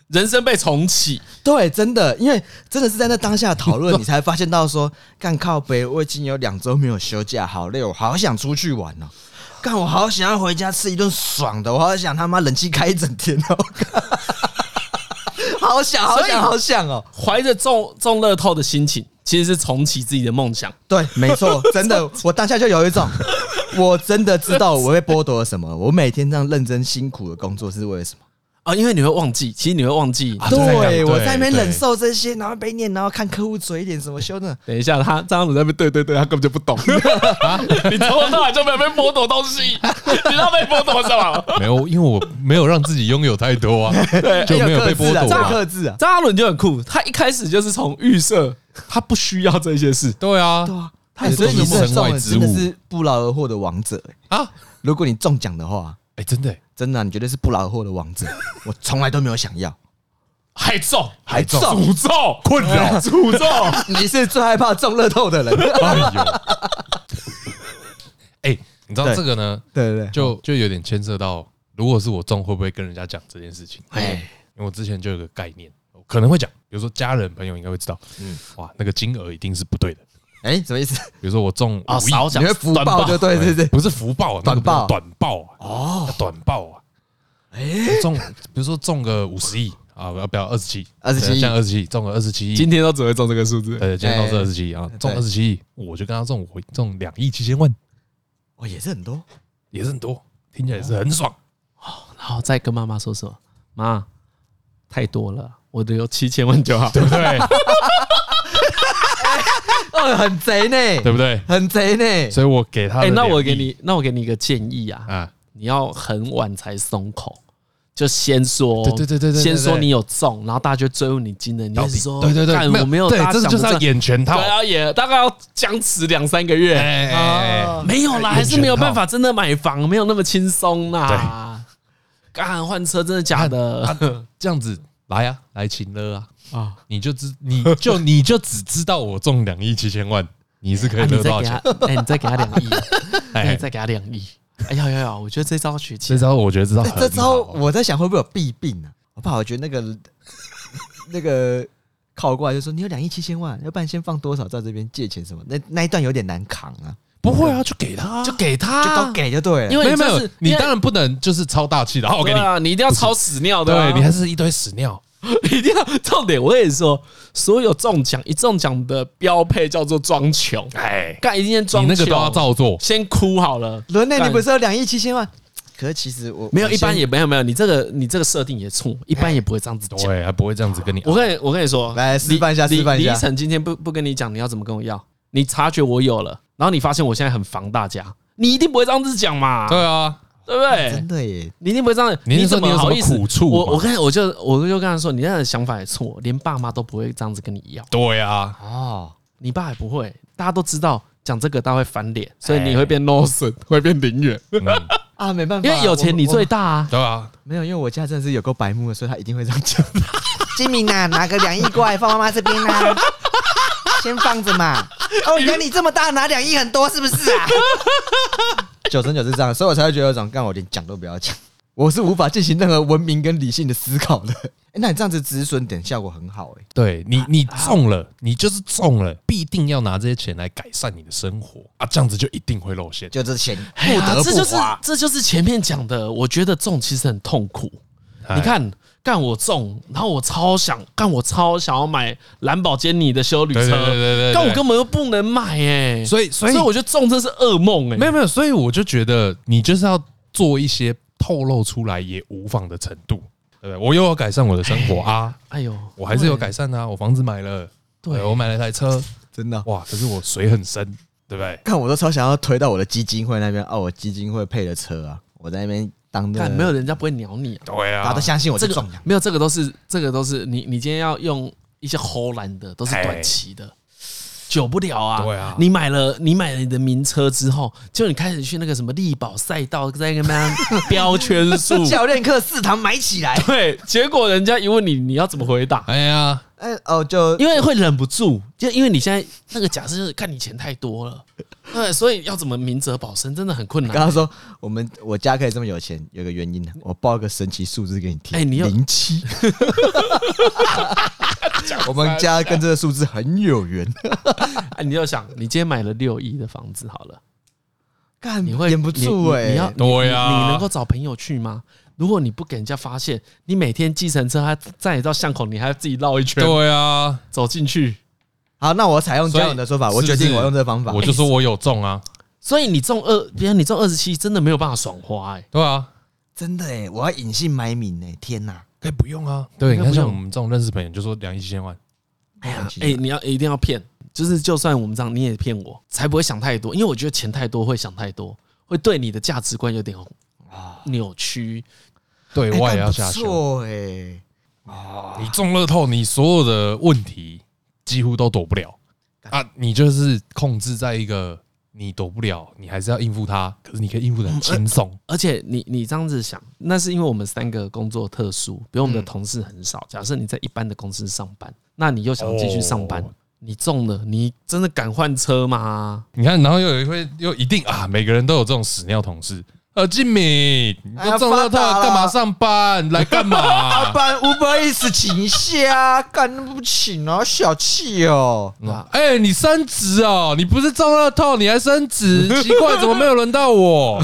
Speaker 1: 人生被重启，
Speaker 3: 对，真的，因为真的是在那当下讨 论，你才发现到说，干靠北，我已经有两周没有休假，好累，我好想出去玩哦。干，我好想要回家吃一顿爽的，我好想他妈冷气开一整天哦。 好想，好想，好想哦！
Speaker 1: 怀着中中乐透的心情，其实是重启自己的梦想。
Speaker 3: 对，没 错，真的，我当下就有一种，我真的知道我被剥夺了什么。我每天这样认真辛苦的工作是为了什么？
Speaker 1: 啊，因为你会忘记，其实你会忘记。
Speaker 2: 啊
Speaker 3: 对，
Speaker 2: 对
Speaker 3: 我在那边
Speaker 2: 对
Speaker 3: 忍受这些，然后被念，然后看客户嘴脸什么修的。
Speaker 1: 等一下，他张子在那边对对对，他根本就不 懂。啊你从头到尾就没有被剥夺东 西，你知道被剥夺什么？
Speaker 2: 没有，因为我没有让自己拥有太多啊，就没有被剥
Speaker 3: 克制
Speaker 2: 夺
Speaker 3: 啊，
Speaker 2: 啊。
Speaker 3: 克制啊。
Speaker 1: 张阿伦就很酷，他一开始就是从预设，他不需要这些事。
Speaker 2: 对啊，
Speaker 3: 对啊，
Speaker 2: 他
Speaker 3: 哎
Speaker 2: 也
Speaker 3: 所以
Speaker 2: 是
Speaker 3: 你
Speaker 2: 中
Speaker 3: 是
Speaker 2: 身
Speaker 3: 中
Speaker 2: 外
Speaker 3: 了
Speaker 2: 之
Speaker 3: 真
Speaker 2: 物
Speaker 3: 的是不劳而获的王者、哎
Speaker 2: 啊，
Speaker 3: 如果你中奖的话，
Speaker 2: 哎，真的欸，
Speaker 3: 真的啊、你绝对是不劳而获的王者。 我从来都没有想要，
Speaker 1: 还中，
Speaker 3: 还中
Speaker 1: 诅咒，。
Speaker 2: 困扰
Speaker 1: 诅咒，
Speaker 3: 哎 你是最害怕中乐透的人。
Speaker 2: 哎呦， 哎，你知道
Speaker 3: 对
Speaker 2: 这个呢，
Speaker 3: 对对对，
Speaker 2: 就就有点牵涉到，如果是我中，会不会跟人家讲这件事情？
Speaker 3: 哎
Speaker 2: 因为我之前就有个概念，我可能会讲，比如说家人朋友应该会知道，嗯，哇，那个金额一定是不对的。
Speaker 3: 哎、什么意思？
Speaker 2: 比如说我中
Speaker 1: 啊
Speaker 2: 五亿，
Speaker 1: 少讲
Speaker 3: 你会福
Speaker 1: 短
Speaker 3: 报
Speaker 1: 报
Speaker 3: 就对对对。
Speaker 2: 不是福报啊，那个
Speaker 3: 短报
Speaker 2: 短报啊，哦，短报啊，哎，中，比如说中个五十亿啊，不要不要二十七，
Speaker 3: 27亿
Speaker 2: 像二十七，中个二十七亿
Speaker 1: 今。天都只会中这个数字。
Speaker 2: 呃，今天都是
Speaker 3: 哎
Speaker 2: 二十七亿啊，中
Speaker 3: 对
Speaker 2: 二十七亿，我就跟他中回中两亿七千万，
Speaker 3: 哦，也是很多。
Speaker 2: 也是很多，听起来也是很爽。
Speaker 1: 然后再跟妈妈说什么？妈，太多了，我留七千万就好。
Speaker 2: 对不对？
Speaker 3: 哦，很贼呢，
Speaker 2: 对不对？
Speaker 3: 很贼呢。
Speaker 2: 所以我给他的
Speaker 1: 哎，
Speaker 2: 两亿，
Speaker 1: 那我给你，那我给你一个建议啊，
Speaker 2: 啊，
Speaker 1: 你要很晚才松口，就先说，
Speaker 2: 对对对对对对
Speaker 1: 先说你有中，然后大家就追问你金额，你
Speaker 2: 到
Speaker 1: 就
Speaker 2: 底
Speaker 1: 是说，
Speaker 2: 对对对，
Speaker 1: 干我没有，
Speaker 2: 对
Speaker 1: 大，家
Speaker 2: 这
Speaker 1: 想
Speaker 2: 就是
Speaker 1: 不
Speaker 2: 要
Speaker 1: 中
Speaker 2: 演全套
Speaker 1: 对，。啊，也大概要僵持两三个月，
Speaker 2: 哎哎，哎
Speaker 3: 哦
Speaker 1: 没有啦，
Speaker 2: 哎
Speaker 1: 还是没有办法真的买房，没有那么轻松啦。干换车真的假的？
Speaker 2: 啊这样子来啊，来请了啊，
Speaker 1: 啊，
Speaker 2: 你就知你就你就只知道我中两亿七千万，你是可以
Speaker 1: 啊
Speaker 2: 得
Speaker 1: 你
Speaker 2: 多
Speaker 1: 再
Speaker 2: 少
Speaker 1: 给他
Speaker 2: 钱？，
Speaker 1: 哎，你再给他两 亿，哎，你
Speaker 2: 哎，
Speaker 1: 再给他两亿。哎呀呀呀！我觉得这招学起
Speaker 2: 这
Speaker 1: 来，
Speaker 2: 招我觉得这招
Speaker 3: 哎
Speaker 2: 很
Speaker 3: 这招
Speaker 2: 好
Speaker 3: 我在想会不会有弊病啊？我怕我觉得那个 那个靠过来就说你有两亿七千万，要不然先放多少在这边借钱什么？那那一段有点难扛啊，
Speaker 2: 不会啊，就给他，
Speaker 1: 就给他，
Speaker 3: 就都给就对了。
Speaker 1: 啊因为
Speaker 2: 没有没
Speaker 1: 就
Speaker 2: 有
Speaker 1: 是，
Speaker 2: 你当然不能就是超大气的，好，我给你
Speaker 1: 对，啊，你一定要超屎尿的啊，
Speaker 2: 对你还是一堆屎尿，
Speaker 1: 一定要重点。我跟你说，所有中奖一中奖的标配叫做装穷，
Speaker 2: 哎，
Speaker 1: 干一定先
Speaker 2: 你
Speaker 1: 装
Speaker 2: 那个
Speaker 1: 穷，
Speaker 2: 都要照做，
Speaker 1: 先哭好了。
Speaker 3: 伦内，
Speaker 1: 干
Speaker 3: 你不是有两亿七千万？可是其实我
Speaker 1: 没有，
Speaker 3: 我
Speaker 1: 一般
Speaker 3: 先
Speaker 1: 也没有没有，你这个你这个设定也错，一
Speaker 2: 哎
Speaker 1: 般也不会这样子讲。
Speaker 2: 对，还不会这样子跟你。
Speaker 1: 我跟你我跟你说，
Speaker 3: 来示范一下
Speaker 1: 李
Speaker 3: 示范一
Speaker 1: 李
Speaker 3: 下
Speaker 1: 李依晨今天不不跟你讲你要怎么跟我要，你察觉我有了，然后你发现我现在很防大家，你一定不会这样子讲嘛，
Speaker 2: 对啊，
Speaker 1: 对不对
Speaker 3: 真？的耶，
Speaker 1: 你一定不会这样，
Speaker 2: 你是
Speaker 1: 怎
Speaker 2: 说你有什
Speaker 1: 好
Speaker 2: 么
Speaker 1: 意思？
Speaker 2: 苦处
Speaker 1: 我
Speaker 2: 吧
Speaker 1: 我跟我就我就跟他说，你那个想法也错，连爸妈都不会这样子跟你要，
Speaker 2: 对啊，
Speaker 3: 哦，
Speaker 1: 你爸也不会，大家都知道讲这个他会翻脸，所以你会变 nonsense，会变零元，
Speaker 2: 嗯
Speaker 3: 啊，没办法，
Speaker 1: 哎因为有钱你
Speaker 3: 我
Speaker 1: 最大啊。
Speaker 2: 对啊，
Speaker 3: 没有，因为我家真的是有够白目的，所以他一定会这样 讲。金明啊，拿个两亿过来放妈妈这边啊，先放着嘛。哦，原来你这么大，拿两亿很多是不是啊？九成九是这样，所以我才会觉得有种，干我连讲都不要讲，我是无法进行任何文明跟理性的思考 的。哎，那你这样子止损点效果很好哎、
Speaker 2: 对你你中
Speaker 3: 啊
Speaker 2: 了，你就是中了，必定要拿这些钱来改善你的生活啊，这样子就一定会露馅。
Speaker 3: 就这钱不
Speaker 1: 哎呀
Speaker 3: 得
Speaker 1: 这就
Speaker 3: 不
Speaker 1: 是
Speaker 3: 花。
Speaker 1: 这就是前面讲的，我觉得中其实很痛苦。
Speaker 2: 哎
Speaker 1: 你看，干我中，然后我超想干，我超想要买兰博基尼的修旅车，
Speaker 2: 对对对对对对
Speaker 1: 但我根本又不能买哎、
Speaker 2: 所以所以
Speaker 1: 我觉得中真是噩梦哎、
Speaker 2: 没有没有，所以我就觉得你就是要做一些透露出来也无妨的程度，对不对？我又要改善我的生活啊，
Speaker 1: 哎呦，
Speaker 2: 我还是有改善啊，我房子买了，
Speaker 1: 对
Speaker 2: 我买了台车，
Speaker 3: 真的哦，
Speaker 2: 哇，可是我水很深，对不对？
Speaker 3: 看我都超想要推到我的基金会那边，哦，我基金会配的车啊，我在那边当的
Speaker 1: 干，没有人家不会鸟你啊。
Speaker 2: 对
Speaker 3: 大家都相信我
Speaker 1: 这
Speaker 3: 是
Speaker 1: 个
Speaker 3: 壮阳。
Speaker 1: 没有，这个都是这个都是你你今天要用一些齁懒的，都是
Speaker 2: 哎
Speaker 1: 短期的，久不了啊。
Speaker 2: 对啊
Speaker 1: 你买了你买了你的名车之后，就你开始去那个什么力宝赛道，在那边 标圈数，
Speaker 3: 教练课四堂买起来。
Speaker 1: 对，结果人家一问你，你要怎么回答？
Speaker 2: 哎呀，
Speaker 3: 哎哦，就
Speaker 1: 因为会忍不住，就因为你现在那个假设就是看你钱太多了，对，所以要怎么明哲保身真的很困
Speaker 3: 跟
Speaker 1: 难。
Speaker 3: 他说，我们我家可以这么有钱，有个原因呢，我报一个神奇数字给你听。
Speaker 1: 哎你有
Speaker 3: 零七，我们家跟这个数字很有缘。
Speaker 1: 哎，你就想，你今天买了六亿的房子好了，
Speaker 3: 干，
Speaker 1: 你会
Speaker 3: 忍不住
Speaker 1: 你你
Speaker 3: 哎，
Speaker 1: 你要你
Speaker 2: 对啊
Speaker 1: 你你能够找朋友去吗？如果你不给人家发现，你每天计程车他载你到巷口，你还要自己绕一圈
Speaker 2: 对啊，
Speaker 1: 走进去，
Speaker 3: 好，那我采用
Speaker 2: 所以
Speaker 3: 教练的说法，
Speaker 2: 是
Speaker 3: 我
Speaker 2: 不是
Speaker 3: 决定我用这个方法。
Speaker 2: 我就说我有中啊，
Speaker 1: 所以你中二，别人你中二十七真的没有办法爽花哎、
Speaker 2: 对啊，
Speaker 3: 真的哎，我要隐姓埋名哎，天哪！
Speaker 2: 可以不用啊，对，
Speaker 1: 应该
Speaker 2: 你看
Speaker 1: 不
Speaker 2: 像
Speaker 1: 用
Speaker 2: 我们这种认识朋友，就说两亿七千万，
Speaker 1: 哎呀，
Speaker 3: 奇
Speaker 2: 啊
Speaker 1: 哎、
Speaker 3: 怪
Speaker 1: 你要一定要骗，就是就算我们这样，你也骗我，才不会想太多。因为我觉得钱太多会想太多，会对你的价值观有点
Speaker 2: 啊
Speaker 1: 扭曲。
Speaker 2: 对
Speaker 3: 哎
Speaker 2: 我也
Speaker 3: 干
Speaker 2: 要
Speaker 3: 不
Speaker 2: 下修。
Speaker 3: 错哎，
Speaker 2: 你中乐透，你所有的问题几乎都躲不了啊！你就是控制在一个你躲不了，你还是要应付它，可是你可以应
Speaker 3: 嗯
Speaker 2: 付的
Speaker 3: 呃
Speaker 2: 很轻松。
Speaker 1: 而且你你这样子想，那是因为我们三个工作特殊，比如我们的同事很少。假设你在一般的公司上班，那你又想继续上班，
Speaker 2: 哦
Speaker 1: 你中了，你真的敢换车吗？
Speaker 2: 你看，然后又有一会又一定啊，每个人都有这种屎尿同事。呃，静敏，你
Speaker 3: 哎呀
Speaker 2: 都中乐透
Speaker 3: 发达了啊
Speaker 2: 干嘛上班？来 干嘛
Speaker 3: 不？然 Uber Eats 请一下啊， 干那不请啊，小气哦。
Speaker 1: 啊，
Speaker 2: 哎、你升职哦，你不是中乐透，你还升职， 奇怪，怎么没有轮到我？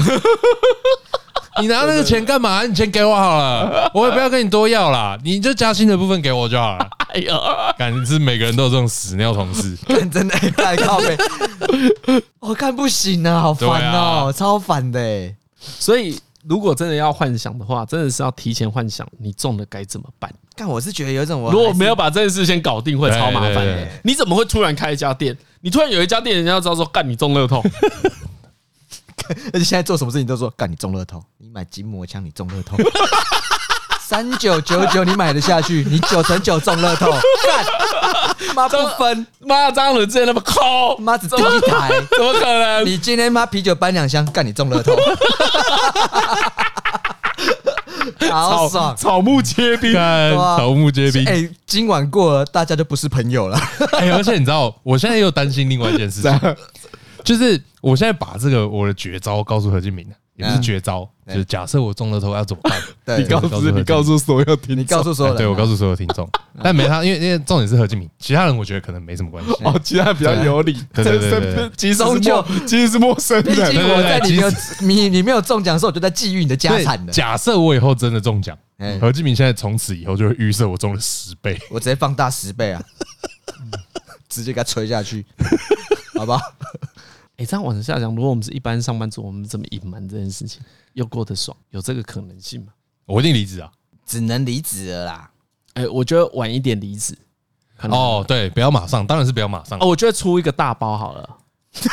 Speaker 2: 你拿那个钱干嘛？你钱给我好 了，我也不要跟你多要啦，你就加薪的部分给我就好了。
Speaker 1: 哎呀，
Speaker 2: 感觉是每个人都有这种屎尿同事，
Speaker 3: 干真的太靠 背，我看不行啊，好烦哦、
Speaker 2: 对啊
Speaker 3: 超烦的、欸。
Speaker 1: 所以如果真的要幻想的话，真的是要提前幻想你中了该怎么办。
Speaker 3: 干我是觉得有一种我
Speaker 1: 如果
Speaker 3: 还是
Speaker 1: 没有把这件事先搞定，会超麻烦
Speaker 2: 对对
Speaker 1: 的
Speaker 2: 对。
Speaker 1: 你怎么会突然开一家店？你突然有一家店，人家知道 说干你中乐透，
Speaker 3: 而且现在做什么事情都说干你中乐透，你买筋膜枪你中乐透， 三九九九你买得下去，你九成九中乐透，干妈不分，
Speaker 1: 妈张伦之前那么抠，
Speaker 3: 妈只订一台，
Speaker 1: 怎么可 能？
Speaker 3: 你今天妈啤酒搬两箱，干你中乐透，好爽。
Speaker 1: 草木皆兵，
Speaker 2: 干
Speaker 3: 对啊
Speaker 2: 草木皆兵。
Speaker 3: 哎、今晚过了，大家就不是朋友了。
Speaker 2: 哎、而且你知道，我现在又担心另外一件事情，就是我现在把这个我的绝招告诉何敬明了，也不是绝招，
Speaker 3: 嗯
Speaker 2: 就是假设我中了头要怎么办？
Speaker 3: 对
Speaker 2: 我就何敬明
Speaker 1: 诉所有听
Speaker 3: 你告诉所有
Speaker 2: 哎
Speaker 3: 人啊、
Speaker 2: 对我告诉所有听 众，但没他，因为因为重点是何敬明，其他人我觉得可能没什么关系。
Speaker 1: 哦，其他比较有理，
Speaker 2: 对对对对对
Speaker 1: 其实是
Speaker 3: 终究
Speaker 1: 陌其实是陌生
Speaker 3: 毕
Speaker 1: 人，
Speaker 3: 竟我在你没有
Speaker 2: 对
Speaker 3: 你你没有中奖的时候，我就在觊觎你的家
Speaker 2: 对
Speaker 3: 产的。
Speaker 2: 假设我以后真的中奖
Speaker 3: 哎，
Speaker 2: 何敬明现在从此以后就会预设我中了十倍。
Speaker 3: 我直接放 大十倍啊，直接给他吹下去，好吧？
Speaker 1: 哎、这样往下讲，如果我们是一般上班族，我们怎么隐瞒这件事情，又过得爽，有这个可能性吗？
Speaker 2: 我一定离职啊！
Speaker 3: 只能离职了啦。
Speaker 1: 哎、我觉得晚一点离职，可能
Speaker 2: 哦，对，不要马上，当然是不要马上
Speaker 1: 哦，。我觉得出一个大包好了，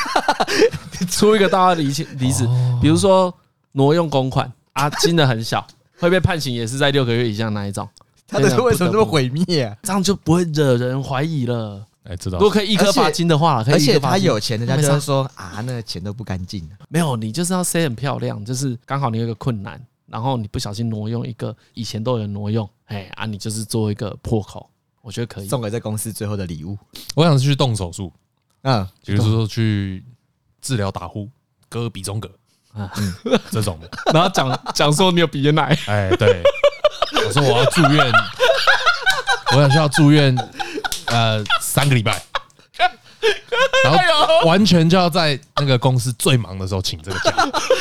Speaker 1: 出一个大包离情离职，比如说挪用公款啊，金额很小，会被判刑也是在六个月以下那一种，
Speaker 3: 他的为什么这么毁灭啊？
Speaker 1: 这样就不会惹人怀疑了。
Speaker 2: 哎，知道
Speaker 1: 如果可以一颗罚金的话，可以
Speaker 3: 而
Speaker 1: 一颗
Speaker 3: 且
Speaker 1: 罚
Speaker 3: 他
Speaker 1: 金
Speaker 3: 有钱，人家就会说啊，那个钱都不干净。
Speaker 1: 没有，你就是要 say 很漂亮，就是刚好你有一个困难，然后你不小心挪用一个以前都有人挪用，哎啊，你就是做一个破口，我觉得可以。
Speaker 3: 送给这公司最后的礼物。
Speaker 2: 我想去动手术，
Speaker 3: 嗯，
Speaker 2: 比如说去治疗打呼、割鼻中隔嗯
Speaker 1: 啊
Speaker 2: 这种的。
Speaker 1: 然后讲 讲说你有鼻咽癌，
Speaker 2: 哎，对，我说我要住院，我想需要住院，呃，三个礼拜，然后完全就要在那个公司最忙的时候请这个假，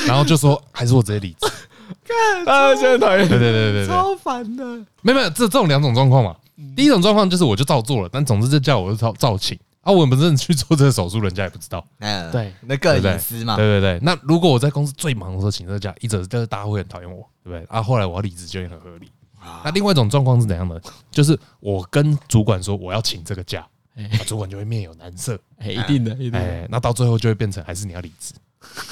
Speaker 2: 然后就说还是我直接离职。
Speaker 1: 啊，现在讨厌
Speaker 2: 对对对对对，
Speaker 3: 超烦的。
Speaker 2: 没有没有，这这种两种状况嘛。第一种状况就是我就照做了，但总之这叫我就照照请啊，我们真的去做这个手术，人家也不知道。
Speaker 3: 嗯，
Speaker 1: 对
Speaker 3: 那个
Speaker 2: 对不对
Speaker 3: 隐私嘛。
Speaker 2: 对对对，那如果我在公司最忙的时候请这个假，一则就是大家会很讨厌我，对不对？啊，后来我要离职就也很合理。
Speaker 1: 啊
Speaker 2: 那另外一种状况是怎样的？就是我跟主管说我要请这个假，
Speaker 1: 哎
Speaker 2: 啊主管就会面有难色，
Speaker 1: 哎，一定的，一定的。
Speaker 2: 哎，那到最后就会变成还是你要离职，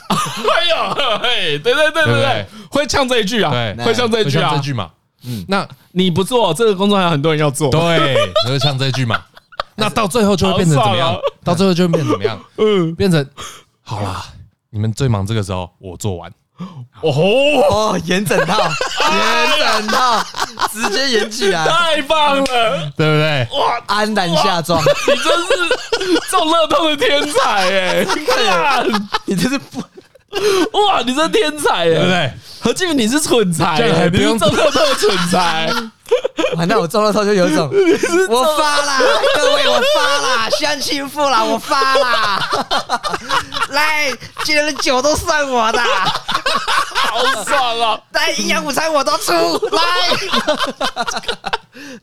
Speaker 1: 哎呦，嘿，对对对
Speaker 2: 对不
Speaker 1: 对
Speaker 2: 对
Speaker 1: 对，会呛这一句啊，
Speaker 2: 对
Speaker 1: 会呛这一
Speaker 2: 就
Speaker 1: 句
Speaker 2: 像这
Speaker 1: 啊。
Speaker 2: 句嘛。嗯
Speaker 3: 嗯，
Speaker 2: 那
Speaker 1: 你不做这个工作，还有很多人要做。
Speaker 2: 对，就像这 句嘛。那到最后就会变成怎么
Speaker 1: 好
Speaker 2: 样
Speaker 1: 爽？啊
Speaker 2: 到最后就会变成怎么样？
Speaker 1: 嗯，
Speaker 2: 变成好啦，你们最忙这个时候我做完，
Speaker 1: 哦，
Speaker 3: 哦，严整 套，严整套，直接严起来，
Speaker 1: 太棒了，
Speaker 2: 对不对？
Speaker 3: 安然下 妆。
Speaker 1: 你真是中乐透的天才 哎！看
Speaker 3: 你这是不
Speaker 1: 哇，你这天才
Speaker 2: 对不
Speaker 1: 哎！
Speaker 2: 对？
Speaker 1: 何志明，你是蠢才
Speaker 2: 这样还
Speaker 1: 欸，
Speaker 2: 不
Speaker 1: 你是
Speaker 2: 用
Speaker 1: 中乐透的蠢 才。
Speaker 3: 完蛋，我中了头就有一种， 我发啦，各位我发啦，乡亲父啦，我发啦， 来，今天的酒都算我的，
Speaker 1: 好爽 啊！
Speaker 3: 来营养午餐我都出，来，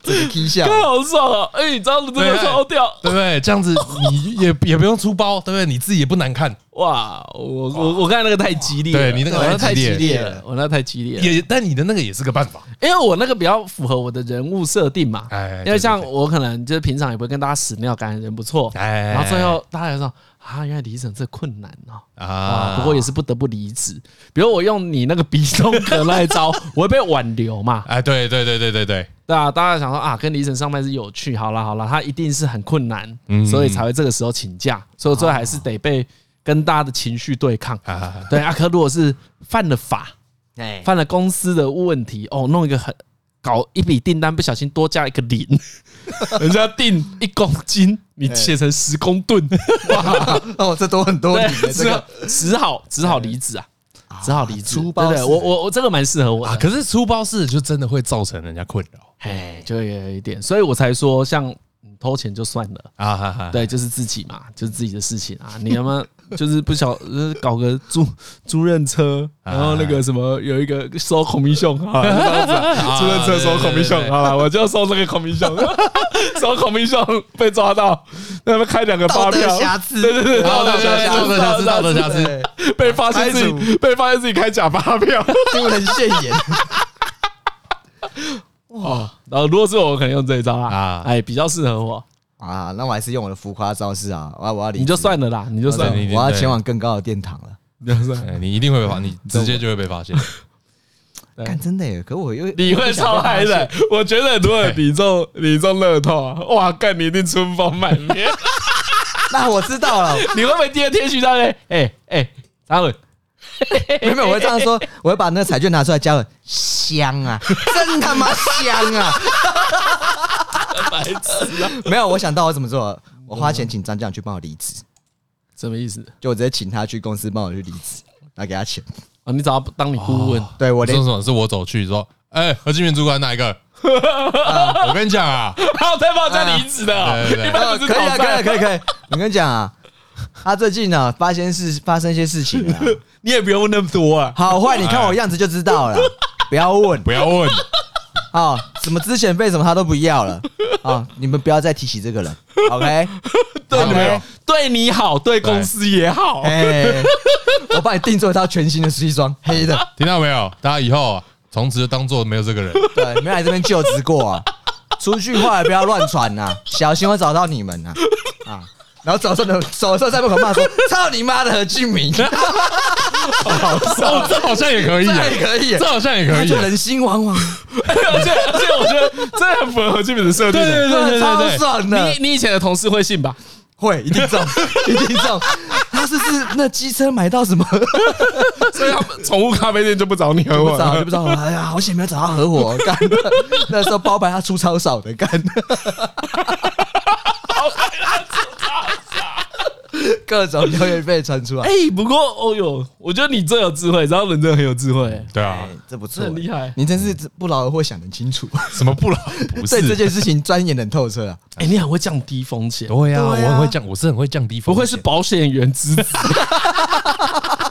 Speaker 3: 这个 K 笑，
Speaker 1: 太好爽了！哎，你知道真的超屌
Speaker 2: 对不对？这样子你也也不用出包，对不对？你自己也不难看，
Speaker 1: 哇！我我我刚才那个太激烈了，
Speaker 2: 对你那个
Speaker 1: 我
Speaker 2: 太
Speaker 1: 太
Speaker 2: 激
Speaker 1: 激
Speaker 2: 烈
Speaker 1: 烈了，我那太激烈了。
Speaker 2: 也但你的那个也是个办法。
Speaker 1: 因为我那个比较符合我的人物设定嘛
Speaker 2: 哎，
Speaker 1: 因为像
Speaker 2: 对对
Speaker 1: 我可能就是平常也不会跟大家屎尿，感觉人不错，
Speaker 2: 哎
Speaker 1: 然后最后大家就说啊，原来离职这困难哦。啊，不过也是不得不离职。比如我用你那个鼻中隔那一 招，我会被挽留嘛？
Speaker 2: 哎，对对对对对对，
Speaker 1: 对啊，大家想说啊，跟李晨上班是有趣，好啦好啦，他一定是很困难，所以才会这个时候请假，所以最后还是得被跟大家的情绪对抗。
Speaker 2: 啊，
Speaker 1: 对啊，可如果是犯了法，
Speaker 3: 哎，
Speaker 1: 犯了公司的问题，哦，弄一个很搞一笔订单，不小心多加一个零，人家订一公斤，你切成十公吨，
Speaker 3: 哦，这多很多
Speaker 1: 对，啊
Speaker 3: 你这
Speaker 1: 只好
Speaker 3: 个
Speaker 1: 只好只好离职啊，只好离职。
Speaker 3: 粗暴
Speaker 1: 对对，
Speaker 3: 式
Speaker 1: 我我我这个蛮适合我
Speaker 2: 啊
Speaker 1: 的，
Speaker 2: 可是出包事就真的会造成人家困扰
Speaker 1: 哎，就有一点，所以我才说像。嗯偷钱就算了，
Speaker 2: 啊哈哈。
Speaker 1: 对，就是自己嘛，就是自己的事情啊。你他妈就是不小，就是搞个租租赁车，然后那
Speaker 2: 啊
Speaker 1: 个什么有一个收 commission 啊，就这样子啊租赁 车收
Speaker 2: 对对对对
Speaker 1: commission
Speaker 2: 对
Speaker 1: 好了，我就收这个 commission，收 commission 被抓到，那边开两个
Speaker 3: 道
Speaker 1: 发
Speaker 3: 德
Speaker 1: 票，
Speaker 3: 瑕疵，
Speaker 1: 对对对
Speaker 2: 道德瑕
Speaker 1: 对对
Speaker 2: 疵
Speaker 1: 对
Speaker 2: 道德瑕疵道德
Speaker 1: 啊
Speaker 2: 瑕疵
Speaker 3: 对
Speaker 1: 被发现自
Speaker 3: 开
Speaker 1: 己被发现自己开假发 票。
Speaker 3: 丢人现眼，
Speaker 1: 哦，然后如果是我，我可能用这一招
Speaker 2: 啊
Speaker 1: 啦，哎，比较适合我，
Speaker 3: 啊，那我还是用我的浮夸招式啊！我要我要离职
Speaker 1: 你就算了啦，你就
Speaker 3: 我
Speaker 1: 算
Speaker 3: 要
Speaker 1: 了，
Speaker 2: 你
Speaker 3: 我要前往更高的殿堂了。
Speaker 1: 你就算了，
Speaker 2: 哎你一定会被发，你直接就会被发现。
Speaker 1: 对
Speaker 3: 干真的耶！可我又
Speaker 1: 你会超嗨的，我觉得如果你中 你中乐透啊，哇，干你一定春风满面。
Speaker 3: 那我知道了，
Speaker 1: 你会不会第二天去到嘞？哎哎，他们
Speaker 3: 没有没有，我会这样说，我会把那个彩券拿出来，加了香啊， 真他妈香啊！
Speaker 1: 白痴啊！
Speaker 3: 没有，我想到我怎么做，我花钱请张将去帮我离职，
Speaker 1: 什么意思
Speaker 3: 就我直接请他去公司帮我去离职，然后给他钱。
Speaker 1: 啊？你找他当你顾 问，
Speaker 3: 对我
Speaker 2: 我
Speaker 3: 连
Speaker 2: 说什么？是我走去说，哎，何金元主管哪一个？ 我跟你讲啊，
Speaker 1: 还有再放在离职的啊，
Speaker 2: 对对 对
Speaker 1: 一般
Speaker 3: 呃
Speaker 1: 不
Speaker 3: 可
Speaker 1: 是
Speaker 3: 以
Speaker 1: 讨
Speaker 3: 啊，可以啊
Speaker 1: 债，
Speaker 3: 可以可以，我跟你讲啊。他最近呢、发生事发生一些事 情了啊、
Speaker 1: 你也不用问那么多啊。
Speaker 3: 好坏你看我样子就知道了，不要问。哦
Speaker 2: 不要 问，
Speaker 3: 啊、什么资遣费什么他都不要了啊、你们不要再提起这个人， ，OK，
Speaker 1: 对你
Speaker 3: OK
Speaker 1: 们，对你好，对公司也 好。
Speaker 3: 哎， 我帮你定做一套全新的西装，黑的，
Speaker 2: 听到没有？大家以后啊从此就当做没有这个人。
Speaker 3: 对，没来这边就职过啊，出去话也不要乱传呐，小心我找到你们呐，啊。然后走上的走上在门口骂 说：“操你妈的何俊明，
Speaker 2: 哎哦， 这好像也可以
Speaker 3: 这
Speaker 2: 啊，
Speaker 3: 样也可以耶
Speaker 2: 这，好像也可
Speaker 3: 他
Speaker 2: 以
Speaker 3: 就
Speaker 2: 啊。
Speaker 3: 人心惶惶，
Speaker 1: 而且而且，我觉得这很符合基本的设定
Speaker 2: 对
Speaker 1: 欸。
Speaker 2: 对对对
Speaker 3: 超
Speaker 2: 对对，
Speaker 3: 爽的。
Speaker 1: 你你以前的同事会信吧？
Speaker 3: 会一定中，一定中。他是不是那机车买到什么？
Speaker 1: 所以他们宠物咖啡店就不找你喝
Speaker 3: 不
Speaker 1: 了。
Speaker 3: 找就 不找。哎呀，好险没有找到合伙干。 那时候包白他出超少 的干，各种留言被传出来
Speaker 1: 哎。、不过哦哟，我觉得你最有智慧，然后人真的很有智慧、欸，
Speaker 2: 对
Speaker 3: 哎
Speaker 2: 啊，
Speaker 3: 这不错哎
Speaker 1: 这，很厉害。
Speaker 3: 你真是不劳而获，想得清楚，
Speaker 2: 什么 不老不
Speaker 3: 对这
Speaker 2: 是？
Speaker 3: 件事情钻研得很透彻啊。
Speaker 1: 哎、你很会降低风险，
Speaker 2: 对呀，我
Speaker 3: 对啊
Speaker 2: 很会降，我是很会降低
Speaker 1: 不
Speaker 2: 风险。
Speaker 1: 会是保险员之子？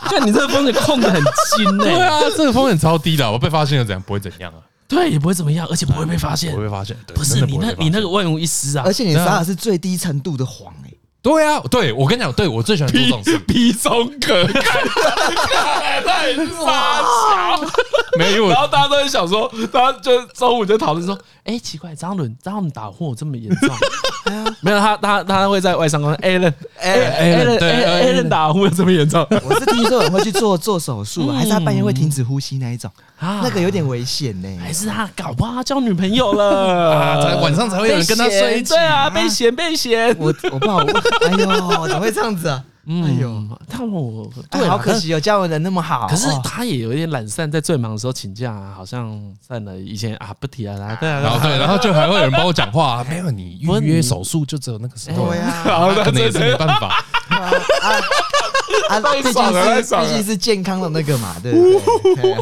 Speaker 1: 就你这个风险控的很精哎、
Speaker 2: 对啊，这个风险超低的，我被发现了怎样？不会怎样啊，
Speaker 1: 对，也不会怎么样，而且不会被发现
Speaker 2: 不。会被发现。对
Speaker 1: 不是
Speaker 2: 真的
Speaker 1: 你
Speaker 2: 会
Speaker 1: 那
Speaker 2: 被发
Speaker 1: 你那
Speaker 2: 现
Speaker 1: 个万无一失啊
Speaker 3: 而！且你撒的是最低程度的谎，哎，
Speaker 2: 对啊，对我跟你讲，对我最喜欢做这种 事，
Speaker 1: 皮中可看，太傻小。
Speaker 2: 没有因为
Speaker 1: 然
Speaker 2: 我
Speaker 1: 后大家都在想说，大家就中午就讨论说，哎、奇怪，张伦张伦打货这么严重，没有他他他会在外商公司 a l a n
Speaker 3: 哎，
Speaker 1: a l a
Speaker 2: 伦
Speaker 1: n
Speaker 2: 对
Speaker 1: a l a
Speaker 2: Alan
Speaker 1: n 打货这么严重
Speaker 3: 我是听说有人会去做做手术啊，还是他半夜会停止呼吸那一种，
Speaker 1: 嗯啊
Speaker 3: 那个有点危险呢。
Speaker 1: 还是他搞不好他交女朋友了
Speaker 2: 啊，才晚上才会有人跟他睡一起
Speaker 1: 对。啊，被嫌被嫌。
Speaker 3: 我我不好，我哎呦，怎么会这样子啊？哎呦，
Speaker 1: 嗯，但我
Speaker 3: 对，
Speaker 1: 对，啊
Speaker 3: 好可。惜哦，嘉文人那么好，
Speaker 1: 可是
Speaker 3: 哦
Speaker 1: 他也有一点懒散，在最忙的时候请假、啊，好像算了。以前啊，不提了啦，对啊，
Speaker 2: 然后对，然后就还会有人帮我讲话、啊，没有你预约手术就只有那个时候，
Speaker 3: 对呀，
Speaker 1: 好
Speaker 2: 啊那可能也是没办法。
Speaker 3: 啊啊啊，毕竟
Speaker 1: 爽了太
Speaker 3: 是
Speaker 1: 爽了
Speaker 3: 毕竟是健康的那个嘛，对不对？对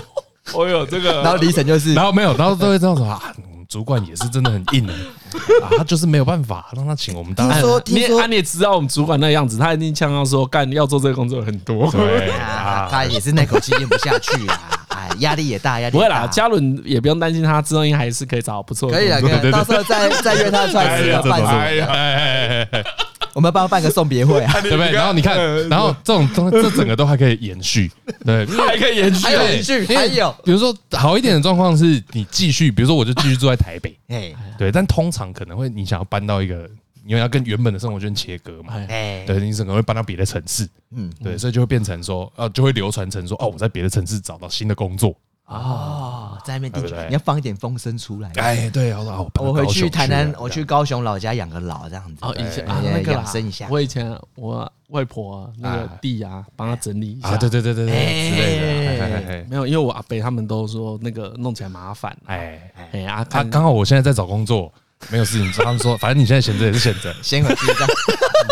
Speaker 1: 我有这个，
Speaker 3: 然后李晨就是
Speaker 2: 然后没有，然后都会这样说啊，我们主管也是真的很硬的啊，他就是没有办法让他请我们 大
Speaker 3: 听
Speaker 2: 家。
Speaker 3: 说
Speaker 1: 你
Speaker 3: 听说
Speaker 1: 啊，你也知道我们主管那样子，他一定呛到说，干要做这个工作很多。
Speaker 2: 对
Speaker 3: 啊，
Speaker 2: 啊，
Speaker 3: 他也是那口气咽不下去啊， 哎，压力也大，压力
Speaker 1: 不
Speaker 3: 也
Speaker 1: 会
Speaker 3: 大
Speaker 1: 啦，嘉伦也不用担心，他之后应该还是可以找到不错的
Speaker 3: 可以
Speaker 1: 工
Speaker 3: 了，
Speaker 1: 作。
Speaker 3: 可以
Speaker 2: 对对对
Speaker 3: 了，到时候再再约他出来吃个
Speaker 2: 这种
Speaker 3: 饭，
Speaker 2: 哎哎哎，
Speaker 3: 我们帮他办个送别会啊，
Speaker 2: 对不对？然后你看，然后这种 东这整个都还可以延续， 对，
Speaker 1: 还可以延续
Speaker 3: 还。有一句，
Speaker 2: 哎
Speaker 3: 还有，
Speaker 2: 比如说好一点的状况是你继续，比如说我就继续住在台 北，
Speaker 3: 哎
Speaker 2: 对，但通常可能会你想要搬到一个，因为要跟原本的生活圈切割嘛，
Speaker 1: 哎
Speaker 3: 哎，
Speaker 2: 对你整个会搬到别的城市，
Speaker 3: 嗯，
Speaker 2: 对，所以就会变成说，呃，就会流传成说，哦，我在别的城市找到新的工作，
Speaker 1: 啊
Speaker 3: 哦，在那边地
Speaker 2: 对不对
Speaker 3: 区，你要放一点风声出来。
Speaker 2: 哎，对，我说哦，搬到
Speaker 3: 我回
Speaker 2: 高雄
Speaker 3: 去台
Speaker 2: 了
Speaker 3: 南，
Speaker 2: 这
Speaker 3: 我
Speaker 2: 样
Speaker 3: 去高雄老家养个老这样子。
Speaker 1: 哦，以前
Speaker 3: 对哎
Speaker 1: 啊，那个啦
Speaker 3: 养生一下。
Speaker 1: 我以前我外婆啊那个地啊，帮她整理一下。
Speaker 2: 啊，对对对对对，之类的
Speaker 3: 哎
Speaker 2: 哎，哎
Speaker 1: 没有，因为我阿伯他们都说那个弄起来麻烦。
Speaker 2: 哎哎，哎
Speaker 1: 哎啊，
Speaker 2: 他
Speaker 1: 看
Speaker 2: 刚好我现在在找工作，没有事情，他们说，反正你现在闲着也是闲着，
Speaker 3: 先回去这样，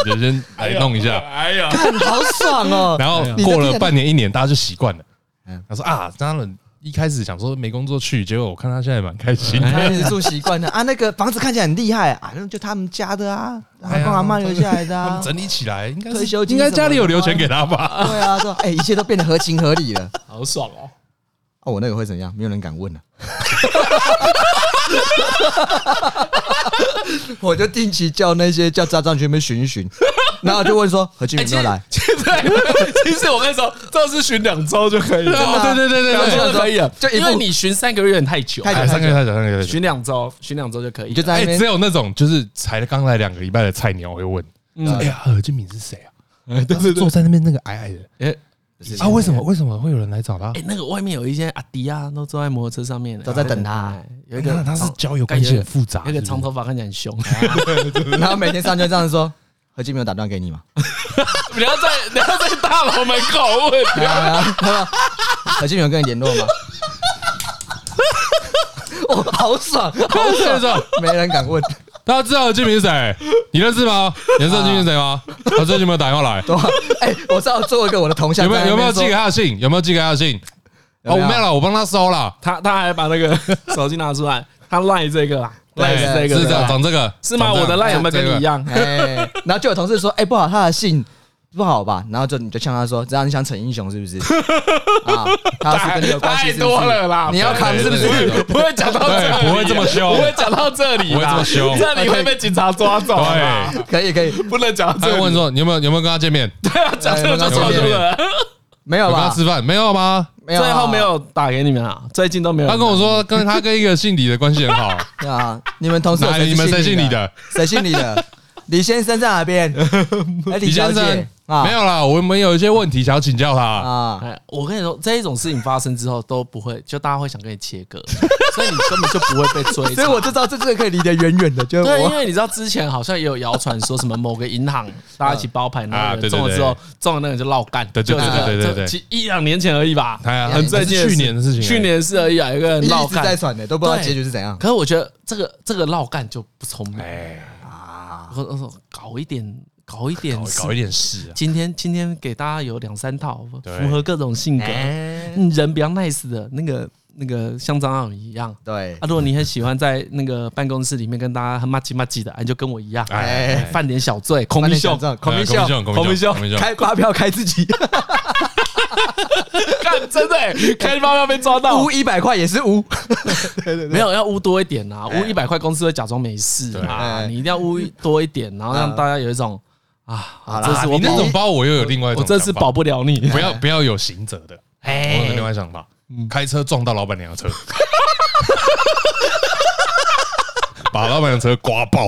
Speaker 2: 你就先来弄一下，
Speaker 1: 哎呀，
Speaker 3: 看好爽哦。
Speaker 2: 然后
Speaker 3: 你在
Speaker 2: 过
Speaker 3: 地
Speaker 2: 了
Speaker 3: 上
Speaker 2: 半年一年，大家就习惯了
Speaker 3: 嗯。
Speaker 2: 他说啊，当然一开始想说没工作去，结果我看他现在蛮开心的。
Speaker 3: 开始住习惯了啊，那个房子看起来很厉害啊，那就他们家的啊，阿公阿妈留下来的
Speaker 2: 他
Speaker 3: 啊
Speaker 2: 哎们。整理起来，应该是
Speaker 3: 退休金
Speaker 2: 应该
Speaker 3: 什么的
Speaker 2: 家里有留钱给他吧？
Speaker 3: 对啊，对啊，哎，一切都变得合情合理了。
Speaker 1: 好爽哦！
Speaker 3: 啊，我那个会怎样？没有人敢 问啊。我就定期叫那些叫家长去那边巡一巡，然后就问 说何俊哎明有没有来？
Speaker 1: 哎
Speaker 2: 哎
Speaker 1: 其实 其实我跟你说，这是巡两周就可以了。
Speaker 3: 啊
Speaker 2: 哦对对对对
Speaker 1: 两
Speaker 2: 对
Speaker 1: 周就可以了，啊
Speaker 3: 就一
Speaker 1: 因
Speaker 3: 步
Speaker 1: 为你巡三个月有点太久，啊
Speaker 3: 太久
Speaker 2: 哎，三个月太久，三个月太久。
Speaker 1: 巡两周，巡两周就可以
Speaker 3: 你
Speaker 1: 了。
Speaker 3: 就在
Speaker 2: 哎
Speaker 3: 那，边
Speaker 2: 只有那种就是才刚来两个礼拜的菜鸟会问，
Speaker 3: 嗯
Speaker 2: 说哎呀，何俊敏是谁 啊？对对对，坐在那边那个矮矮的
Speaker 1: 哎
Speaker 2: 啊，为什么为什么会有人来找他
Speaker 1: 哎？，那个外面有一些阿迪啊，都坐在摩托车上面，
Speaker 3: 都在等他哎
Speaker 1: 哎。有一
Speaker 2: 那
Speaker 1: 个
Speaker 2: 他是
Speaker 1: 长
Speaker 2: 交友关系很复杂，
Speaker 1: 有一个
Speaker 2: 是不是
Speaker 1: 长头发看起来很凶，
Speaker 3: 然后每天上去这样说，何俊明有打电话给 你吗？
Speaker 1: 不要在不要在大楼门口问。
Speaker 2: 啊
Speaker 3: 何俊明有跟你联 络吗？ 我好爽， 好爽，没人敢问，
Speaker 2: 大家知道何俊敏是谁？你认识吗？你认识何俊敏是谁吗？他最近有没有打电话来？
Speaker 3: 对吧？ 哎，我知道做一个我的铜像，
Speaker 2: 有没有有没有寄
Speaker 3: 这
Speaker 2: 给他的信？有没有寄给他的信？
Speaker 3: 有
Speaker 2: 哦，我
Speaker 3: 没有
Speaker 2: 没有了，我帮他收了。
Speaker 1: 他他还把那 个手机拿出来，他赖这个啦，赖是这
Speaker 2: 对，
Speaker 1: 个
Speaker 2: 哎是
Speaker 1: 的
Speaker 2: 长
Speaker 1: 啦
Speaker 2: 长这个，
Speaker 1: 是吗？
Speaker 2: 长
Speaker 1: 我
Speaker 2: 这样
Speaker 1: 的赖有没有跟你一？样？
Speaker 3: 哎，然后就有同事说，哎，不好，他的信不好吧？然后就你就呛他说，这样你想逞英雄是不 是？啊，他是跟你有关系
Speaker 4: 太
Speaker 3: 是不是
Speaker 4: 多？了啦！
Speaker 3: 你要扛是不是
Speaker 4: 不会不会讲到这里，
Speaker 2: 对不会这么凶
Speaker 4: 不会讲到这里啦，
Speaker 2: 不会这么凶
Speaker 4: 这里会被警察抓走啦。
Speaker 2: 对，
Speaker 3: 可以可以，
Speaker 4: 不能讲到
Speaker 2: 他
Speaker 4: 这
Speaker 2: 就问
Speaker 4: 里。
Speaker 2: 说你有没有有没有跟他见面？
Speaker 4: 对啊，讲
Speaker 1: 哎
Speaker 4: 这个就超多了。
Speaker 3: 没
Speaker 2: 有
Speaker 3: 有
Speaker 2: 跟他
Speaker 3: 吧？
Speaker 2: 吃饭没有吗？
Speaker 3: 没有啊，
Speaker 1: 最后没有打给你们啊，最近都没有。
Speaker 2: 他跟我，说跟他跟一个姓李的关系很好，
Speaker 3: 对啊！你们同事有
Speaker 2: 哪里你们谁姓李的？
Speaker 3: 谁姓李 的？李先生在哪边？哎，李
Speaker 2: 李
Speaker 3: 小
Speaker 2: 先生
Speaker 3: 姐啊，
Speaker 2: 没有啦，我们有一些问题想要请教他。
Speaker 3: 啊，
Speaker 1: 哎，我跟你说，这一种事情发生之后都不会，就大家会想跟你切 割，所以你根本就不会被 追
Speaker 3: 所以
Speaker 1: 查。
Speaker 3: 我就知道这这个可以离得远远 的，就是
Speaker 1: 对，因
Speaker 3: 我
Speaker 1: 为你知道之前好像也有谣传说什么某个银行大家一起包牌，
Speaker 2: 啊
Speaker 1: 那个人
Speaker 2: 对对
Speaker 1: 中了
Speaker 2: 对
Speaker 1: 之后中了那个就落干，
Speaker 2: 对对对对对对对
Speaker 1: 其实一两年前而已吧，
Speaker 2: 哎呀，
Speaker 1: 很最近
Speaker 2: 是去年的事情，哎
Speaker 1: 去年是而已啊，有个人
Speaker 3: 一
Speaker 1: 落
Speaker 3: 直在
Speaker 1: 干。
Speaker 3: 传的，都不知道
Speaker 1: 对
Speaker 3: 结局是怎样
Speaker 1: 可是我觉得这个这个落干就不聪
Speaker 2: 哎
Speaker 1: 明，
Speaker 3: 啊。
Speaker 1: 我我说搞一点搞一点
Speaker 2: 搞
Speaker 1: 事
Speaker 2: 哦搞一点事啊。
Speaker 1: 今天今天给大家有两三套，
Speaker 2: 对
Speaker 1: 符合各种性格，
Speaker 3: 哎
Speaker 1: 嗯人比较 nice 的那个那个像张浩宇一样。
Speaker 3: 对
Speaker 1: 啊，，如果你很喜欢在那个办公室里面跟大家很骂唧骂唧的，啊你就跟我一样，
Speaker 3: 哎
Speaker 1: 犯点小罪，孔
Speaker 3: 慢
Speaker 1: 明
Speaker 3: 点
Speaker 1: 秀
Speaker 3: 讲， 正孔明秀，
Speaker 2: 哎孔明秀，孔明秀，
Speaker 3: 开发票开自 己，
Speaker 4: 看，真的欸开发票被抓到
Speaker 2: 哦
Speaker 3: 污，一百块也是污。
Speaker 1: 没有要污多一点
Speaker 2: 哎
Speaker 1: 啊，污一百块公司会假装没事啊，
Speaker 3: 对
Speaker 1: 你一定要污多一点，然后让大家有一种
Speaker 3: 好
Speaker 1: 啊，
Speaker 3: 啦
Speaker 1: 这次
Speaker 2: 嗯你
Speaker 1: 我
Speaker 2: 那
Speaker 1: 保
Speaker 2: 种包我又有另外一
Speaker 1: 我
Speaker 2: 种想
Speaker 1: 这
Speaker 2: 法，
Speaker 1: 次保不了你，
Speaker 2: 不要不要有行者的，
Speaker 3: 哎
Speaker 2: 我有另外想法，开车撞到老板娘的车， 把老板娘的车刮爆，
Speaker 3: 啊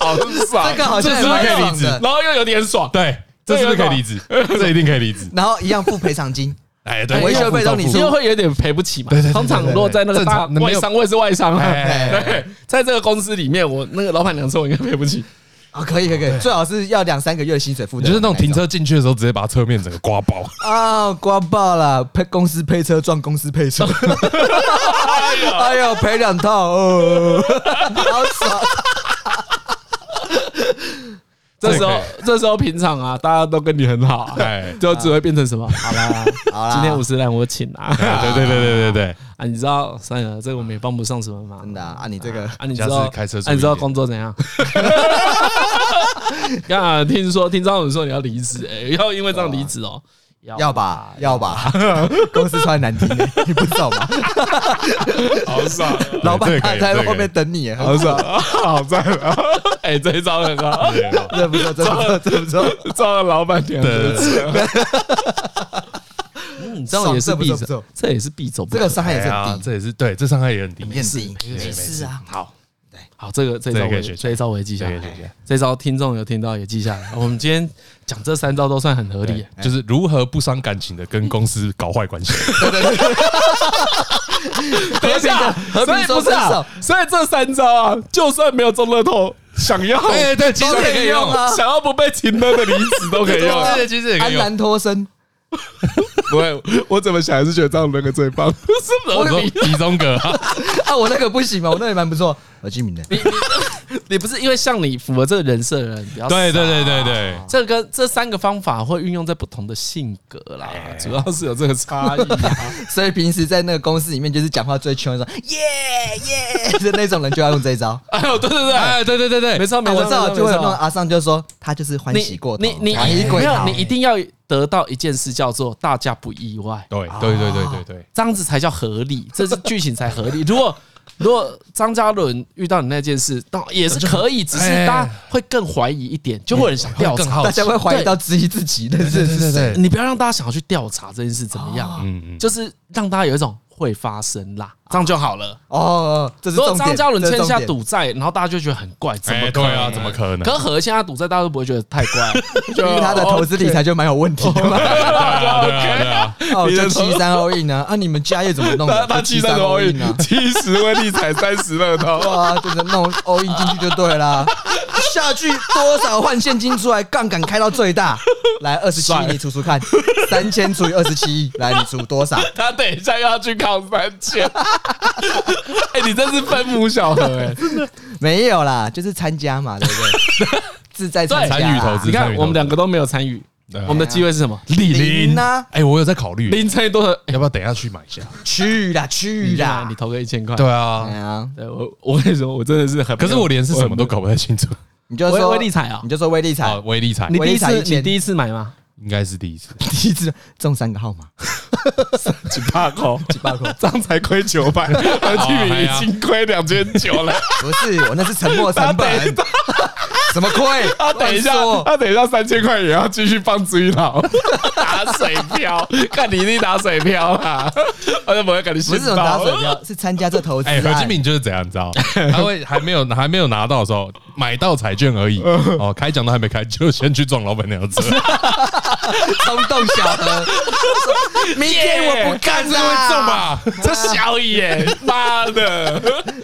Speaker 4: 好爽
Speaker 3: 这。个好像
Speaker 2: 这
Speaker 3: 也
Speaker 2: 是不是
Speaker 3: 蛮
Speaker 2: 可以
Speaker 3: 爽
Speaker 2: 离职
Speaker 3: 的。
Speaker 4: 然后又有点爽，
Speaker 2: 对，这是不是可以离职？这一定可以离职。
Speaker 3: 然后一样付赔偿金，
Speaker 2: 哎，对，
Speaker 3: 维修费都
Speaker 2: 到
Speaker 3: 你
Speaker 1: 因为
Speaker 3: 出，
Speaker 1: 会有点赔不起嘛
Speaker 2: 对对对。
Speaker 1: 通常如果在那个大
Speaker 2: 正常没
Speaker 1: 外
Speaker 2: 有
Speaker 1: 商，我也是外商啊。
Speaker 2: 哎
Speaker 1: 对，在这个公司里面，我那个老板娘说我应该赔不起。
Speaker 3: 啊，可以可以可以，最好是要两三个月薪水付
Speaker 2: 你
Speaker 3: 的，
Speaker 2: 就是那种停车进去的时候，直接把侧面整个刮爆，
Speaker 3: 啊，刮爆了，配公司配车撞公司配 车，哎呦赔两套， 哦，好爽，
Speaker 1: 这时候
Speaker 2: 对，
Speaker 1: 这时候平常啊，大家都跟你很好啊，
Speaker 2: 哎
Speaker 1: 就只会变成什么？好啦，
Speaker 3: 啊好 啦
Speaker 1: 今天五十万我请啊
Speaker 2: 哎对对对对对对，
Speaker 1: 啊！你知道，算了，这个我们也帮不上什么忙。
Speaker 3: 真的啊，啊你这个
Speaker 1: 啊，你知道
Speaker 2: 下次开车注意一点
Speaker 1: 啊你知道工作怎样？ 刚啊，听说听张总说你要离职，哎，要因为这样离职哦，
Speaker 3: 要吧要 吧，公司穿难听的，你不懂吗？
Speaker 4: 好
Speaker 2: 啊
Speaker 4: 爽，
Speaker 3: 老板
Speaker 2: 这个可
Speaker 3: 他
Speaker 2: 以
Speaker 3: 在
Speaker 2: 这个
Speaker 3: 后 面等你，
Speaker 4: 好爽，好赞啊！哎，这一招很好，
Speaker 3: 这不错这不错这不错，
Speaker 4: 抓了老板娘
Speaker 2: 对
Speaker 3: 啊
Speaker 4: 的
Speaker 2: 对
Speaker 4: 车，
Speaker 1: 嗯，这样也是
Speaker 3: 爽这不错
Speaker 1: 必
Speaker 3: 不
Speaker 1: 走
Speaker 3: 错，
Speaker 1: 这也是必走不
Speaker 3: 这
Speaker 1: 可
Speaker 3: 个伤害也是很低，
Speaker 2: 哎这也是对，这伤害也很低，
Speaker 3: 很低，
Speaker 2: 没
Speaker 3: 事啊，
Speaker 1: 好，对，好，这个这一招
Speaker 2: 这个
Speaker 1: 我
Speaker 2: 可以
Speaker 1: 也
Speaker 2: 学起
Speaker 1: 这
Speaker 2: 来
Speaker 1: 一招我也记下
Speaker 2: 这个可以学起
Speaker 1: 来
Speaker 2: 来，
Speaker 1: 这一招听众有听到也记下来。我们今天讲这三招都算很合理，
Speaker 2: 就是如何不伤感情的跟公司搞坏关系。
Speaker 4: 等一下，
Speaker 3: 和
Speaker 4: 所
Speaker 3: 平
Speaker 4: 以
Speaker 3: 说
Speaker 4: 不是
Speaker 3: 分
Speaker 4: 啊
Speaker 3: 手，，
Speaker 4: 所以这三招啊，就算没有中乐透，想要
Speaker 2: 哎，对，其实
Speaker 3: 都
Speaker 2: 也可
Speaker 3: 可
Speaker 2: 以
Speaker 3: 以用
Speaker 2: 用，
Speaker 3: 啊，
Speaker 4: 想要不被情勒的离职都可以 用。
Speaker 2: 对，其实也可
Speaker 3: 安
Speaker 2: 以用。
Speaker 3: 然脱身，
Speaker 4: 不会， 我怎么想还是觉得这样那个最 棒，是
Speaker 2: 我说李宗格，
Speaker 3: 啊我那个不行吗？我那个也蛮不错，我记名的，
Speaker 1: 你不是因为像你符合这个人设的人比较少
Speaker 2: 对对对对对，
Speaker 1: 这个这三个方法会运用在不同的性格啦，
Speaker 4: 哎
Speaker 1: 主要是有这个差异啊。
Speaker 3: 所以平时在那个公司里面，就是讲话最凶的说耶耶 的那种人，就要用这一招。啊
Speaker 1: 哎呦，对对对，
Speaker 2: 哎，对对对对，
Speaker 1: 没错没
Speaker 3: 哎我
Speaker 1: 错，
Speaker 3: 知道，
Speaker 1: 没错
Speaker 3: 就会有那
Speaker 1: 没
Speaker 3: 种
Speaker 1: 错
Speaker 3: 阿尚就说他就是欢喜
Speaker 1: 你
Speaker 3: 过头，啊哎
Speaker 1: 你你
Speaker 3: 怀疑
Speaker 1: 没
Speaker 3: 鬼
Speaker 1: 有，
Speaker 3: 逃
Speaker 1: 你一定要得到一件事叫做大家不意外，
Speaker 2: 对对对对对对，
Speaker 1: 这样子才叫合理，这是剧情才合理。 如果如果张嘉伦遇到你那件事，当也是可 以，只是
Speaker 2: 哎
Speaker 1: 大家会更怀疑一点，就会有人想调
Speaker 2: 会更
Speaker 1: 查。
Speaker 2: 好
Speaker 3: 大
Speaker 2: 奇
Speaker 3: 哎家，会怀疑到质疑自己，但是是谁？
Speaker 1: 你不要让大家想要去调查这件事怎么样，
Speaker 2: 嗯嗯，
Speaker 1: 就是让大家有一种会发生啦，这样就好了。
Speaker 3: 哦哦哦，这是
Speaker 1: 如果
Speaker 3: 重
Speaker 1: 张
Speaker 3: 点。
Speaker 1: 嘉伦
Speaker 3: 这
Speaker 1: 欠
Speaker 3: 是重
Speaker 1: 下
Speaker 3: 点，
Speaker 1: 赌债，然后大家就觉得很怪，怎么
Speaker 2: 哎，
Speaker 1: 可
Speaker 2: 对
Speaker 1: 能？
Speaker 2: 啊，怎么可能？
Speaker 1: 可和现在赌债，大家都不会觉得太 怪，
Speaker 3: 因为他的投资理财就蛮有问题的嘛。
Speaker 2: 对啊对啊对啊，
Speaker 3: 哦，就七三 all in 啊，啊，你们家业怎么弄的？
Speaker 4: 他他
Speaker 3: 七
Speaker 4: 七三多
Speaker 3: all
Speaker 4: 亿
Speaker 3: in 啊，，
Speaker 4: 七十位立彩三十乐透，
Speaker 3: 哇，就是弄 all in 进去就对啦。下去多少换现金出来，杠杆开到最大，来二十七，你除除看，三千除以二十七，来你除多
Speaker 1: 哦
Speaker 3: 少？
Speaker 4: 他等一下又要去考三 千。哎，你这是分母小盒哎，
Speaker 3: 没有啦，就是参加嘛，对不对？自在参加啦
Speaker 2: 参与投资
Speaker 1: 你看我们两个都没有参与，
Speaker 2: 对啊
Speaker 1: 我们的机会是什么？
Speaker 2: 李
Speaker 3: 林啊
Speaker 2: 哎，我有在考虑，哎
Speaker 1: 零乘以多少？
Speaker 2: 要不要等一下去买一下？
Speaker 3: 去啦去
Speaker 1: 你看
Speaker 3: 啦
Speaker 1: 你，投个一千块。
Speaker 2: 对
Speaker 3: 哎
Speaker 2: 啊，
Speaker 3: 呀，
Speaker 1: 对我，我跟你说，我真的是很没有，
Speaker 2: 可是我连是什么都搞不太清楚，
Speaker 3: 你就
Speaker 1: 威
Speaker 3: 说
Speaker 1: 威力彩啊
Speaker 3: 你，就说威力彩
Speaker 2: 好，，威力彩
Speaker 1: 你第一
Speaker 3: 威
Speaker 1: 次
Speaker 3: 力彩一
Speaker 1: 你
Speaker 3: 千
Speaker 1: 第一次买 吗？
Speaker 2: 应该是第一次。
Speaker 3: 第一次中三个号码，
Speaker 4: 几把 口，
Speaker 3: 几把口
Speaker 4: 这样才亏九百，何
Speaker 2: 哦
Speaker 4: 俊
Speaker 2: 哎
Speaker 4: 明
Speaker 2: 呀
Speaker 4: 已经亏两千九了。
Speaker 3: 不是我那是沉没成本，什么亏？
Speaker 4: 他等一下
Speaker 3: 乱说，
Speaker 4: 他等一下三千块也要继续放追牢， 打水漂， 看你一定打水漂 啦，我就不会跟你
Speaker 3: 不
Speaker 4: 信
Speaker 3: 是这种打水漂，是参加这投资啊
Speaker 2: 哎，
Speaker 3: 案。
Speaker 2: 何金敏就是怎样，你知道？ 他会还没有还没有拿到的时候，买到彩券 而已，
Speaker 4: 嗯
Speaker 2: 哦，开奖都还没开，就先去撞老板娘的车。
Speaker 3: 冲动小何，明
Speaker 4: 哎
Speaker 3: 天我不干
Speaker 2: 干这会中
Speaker 3: 了。
Speaker 2: 吧？
Speaker 4: 这小野，妈的！